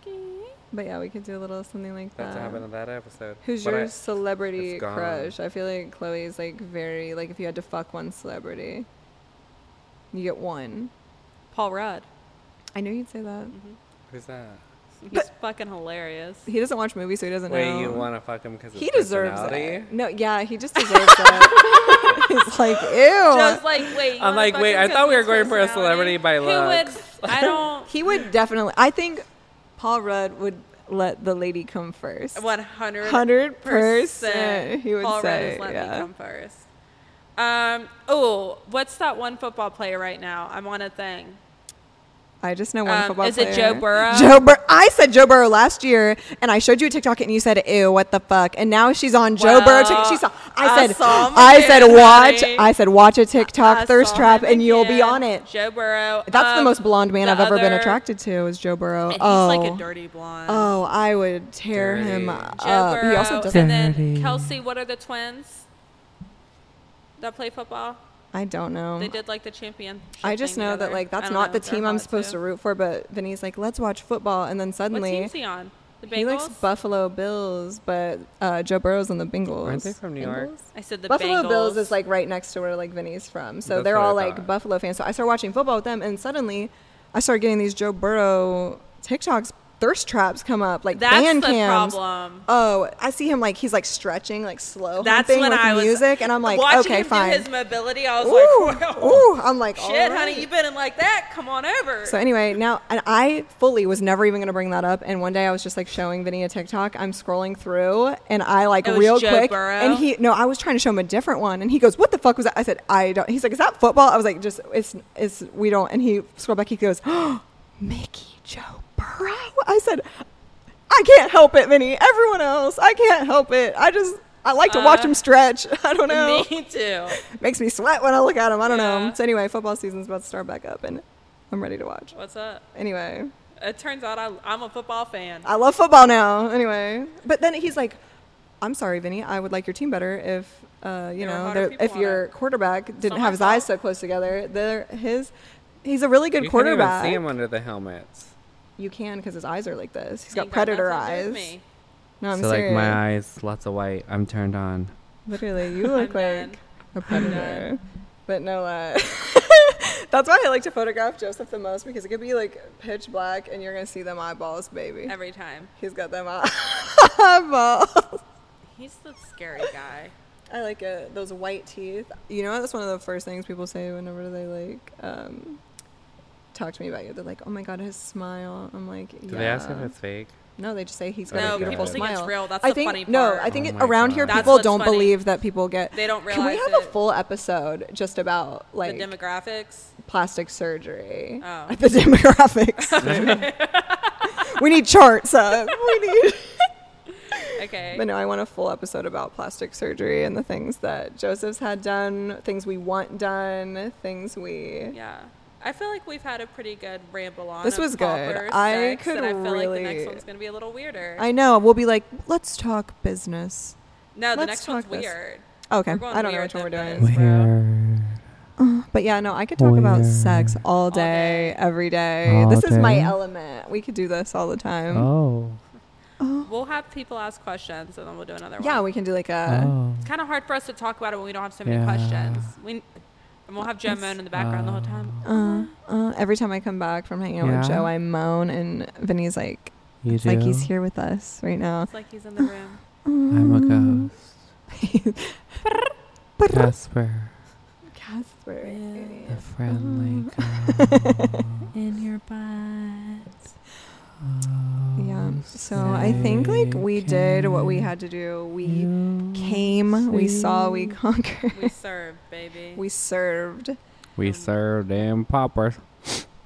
but yeah, we could do a little something like That's what that. happened in that episode. Um, Who's But your I- celebrity it's gone. crush? I feel like Chloe's like very like if you had to fuck one celebrity, you get one. Paul Rudd. I knew you'd say that. Who's that? He's fucking hilarious. He doesn't watch movies, so he doesn't Wait, know. you want to fuck him because He deserves personality? it. No, yeah, he just deserves it. He's like, ew. Just like wait. you I'm wanna like, fuck wait, him I 'cause thought we his were going for a celebrity personality? by Who would- looks. I don't. he would definitely. I think Paul Rudd would let the lady come first. One hundred. 100%, he would Paul Rudd say, is let me yeah. come first. Um. Oh, what's that one football player right now? I'm on a thing. I just know one Um, football is player. it Joe Burrow? Joe Burrow. I said Joe Burrow last year, and I showed you a TikTok, and you said, "Ew, what the fuck?" And now she's on Joe Burrow. Well, TikTok. She saw. I I said. I, saw him said again, watch. honey. I said watch a TikTok I thirst saw trap, him and you'll be again. on it. Joe Burrow. That's the Um, most blonde man the I've ever been other- attracted to is Joe Burrow. And he's oh. like a dirty blonde. Oh, I would tear him Dirty. up. Joe Uh, He Burrow, also doesn't. and then Kelsey. What are the twins that play football? I don't know. They did like the champion. Um, I just know that like that's not the team I'm supposed to. root for. But Vinny's like, let's watch football, and then What suddenly team's he on? The Bengals. he likes Buffalo Bills, but uh, Joe Burrow's on the Bengals. Aren't they from New York? Bengals? I said the Buffalo Bengals. Bills is like right next to where like Vinny's from, so That's they're what I all like thought. Buffalo fans. So I started watching football with them, and suddenly I started getting these Joe Burrow TikToks thirst traps come up like that's fan the cams. problem. Oh, I see him like he's like stretching, like slow That's humping when Oh, with I was music, and I'm like, watching okay, him fine. Do his mobility, I was ooh, like, well, ooh, I'm like, shit, all honey, right. you been in like that? Come on over. So anyway, now and I fully was never even gonna bring that up. And one day I was just like showing Vinny a TikTok. I'm scrolling through, and I like It was real Joe quick, Burrow? and he no, I was trying to show him a different one, and he goes, "What the fuck was that?" I said, "I don't." He's like, "Is that football?" I was like, "Just it's it's we don't." And he scrolled back. He goes, oh, "Mickey Joe Burrow." I said, "I can't help it, Vinny. Everyone else, I can't help it. I just." I like to watch Uh, him stretch. I don't know. Me too. Makes me sweat when I look at him. I don't Yeah. know. So anyway, football season's about to start back up, and I'm ready to watch. What's up? Anyway, It turns out I, I'm a football fan. I love football now. Anyway, but then he's like, I'm sorry, Vinny. I would like your team better if, uh, There you were know, hotter there- people if on your it. quarterback not didn't my have his fault. eyes so close together. They're, his, he's a really good you quarterback. Can't even see him under the helmets. You can because his eyes are like this. He's Ain't got predator nothing to do eyes. with me. No, I'm so serious. like my eyes, lots of white. I'm turned on. Literally, you look done. like a predator. But no, uh, that's why I like to photograph Joseph the most because it could be like pitch black and you're gonna see them eyeballs, baby. Every time. He's got them eye- eyeballs. He's the scary guy. I like uh those white teeth. You know, that's one of the first things people say whenever they like um, talk to me about you. They're like, "Oh my god, his smile." I'm like, "Yeah." Do they ask if Oh, it's fake? No, they just say he's got No, a beautiful people think smile. it's real. That's I the think, funny No, part. I think Oh it, my around God. here That's people what's don't funny. believe that people get. They don't Can we realize have a it. full episode just about like the demographics. plastic surgery? Oh. The demographics. we need charts. Up. We need. Okay. But no, I want a full episode about plastic surgery and the things that Joseph's had done, things we want done, things we. Yeah. I feel like we've had a pretty good ramble on. This of was good. pauper I sex, could and I feel like the next really- one's gonna be a little weirder. I know. We'll be like, let's talk business. no, the let's next one's talk this. weird. Okay, We're going I don't know weird which one we're then, doing. guys. But yeah, no, I could talk about Weird. sex all day, day. every day. All this is my day. element. We could do this all the time. Oh. We'll have people ask questions and then we'll do another Yeah, one. we can do like a. oh, It's kind of hard for us to talk about it when we don't have so many Yeah. questions. We and we'll have Joe moan in the background the whole time. Uh, uh, every time I come back from hanging out with Oh. Yeah. Joe, I moan, and Vinny's like, You it's like he's here with us right now. It's like he's in the room. I'm a ghost. Casper, Casper. Yeah. the friendly In your butt. Yeah. So I think like we did what we had to do. We came, we saw, we conquered, We serve, baby. we served, We served them poppers.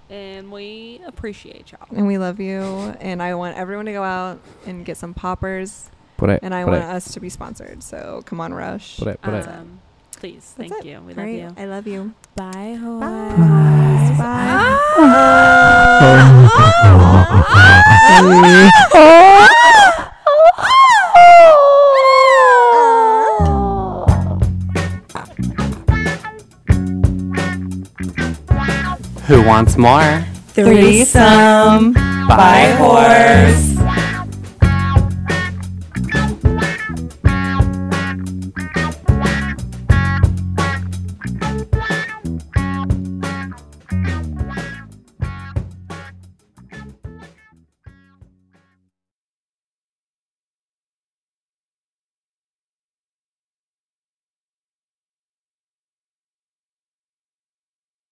and we appreciate y'all. and we love you. And I want everyone to go out and get some poppers. Put it. And I put want it, us to be sponsored. So come on, Rush. Put it. Put it. Um, please, That's thank it. you. We All love right, you. I love you. Bye, whores. Bye. 啊 Bye. 啊哦 Who wants more? Threesome. Bye, horse.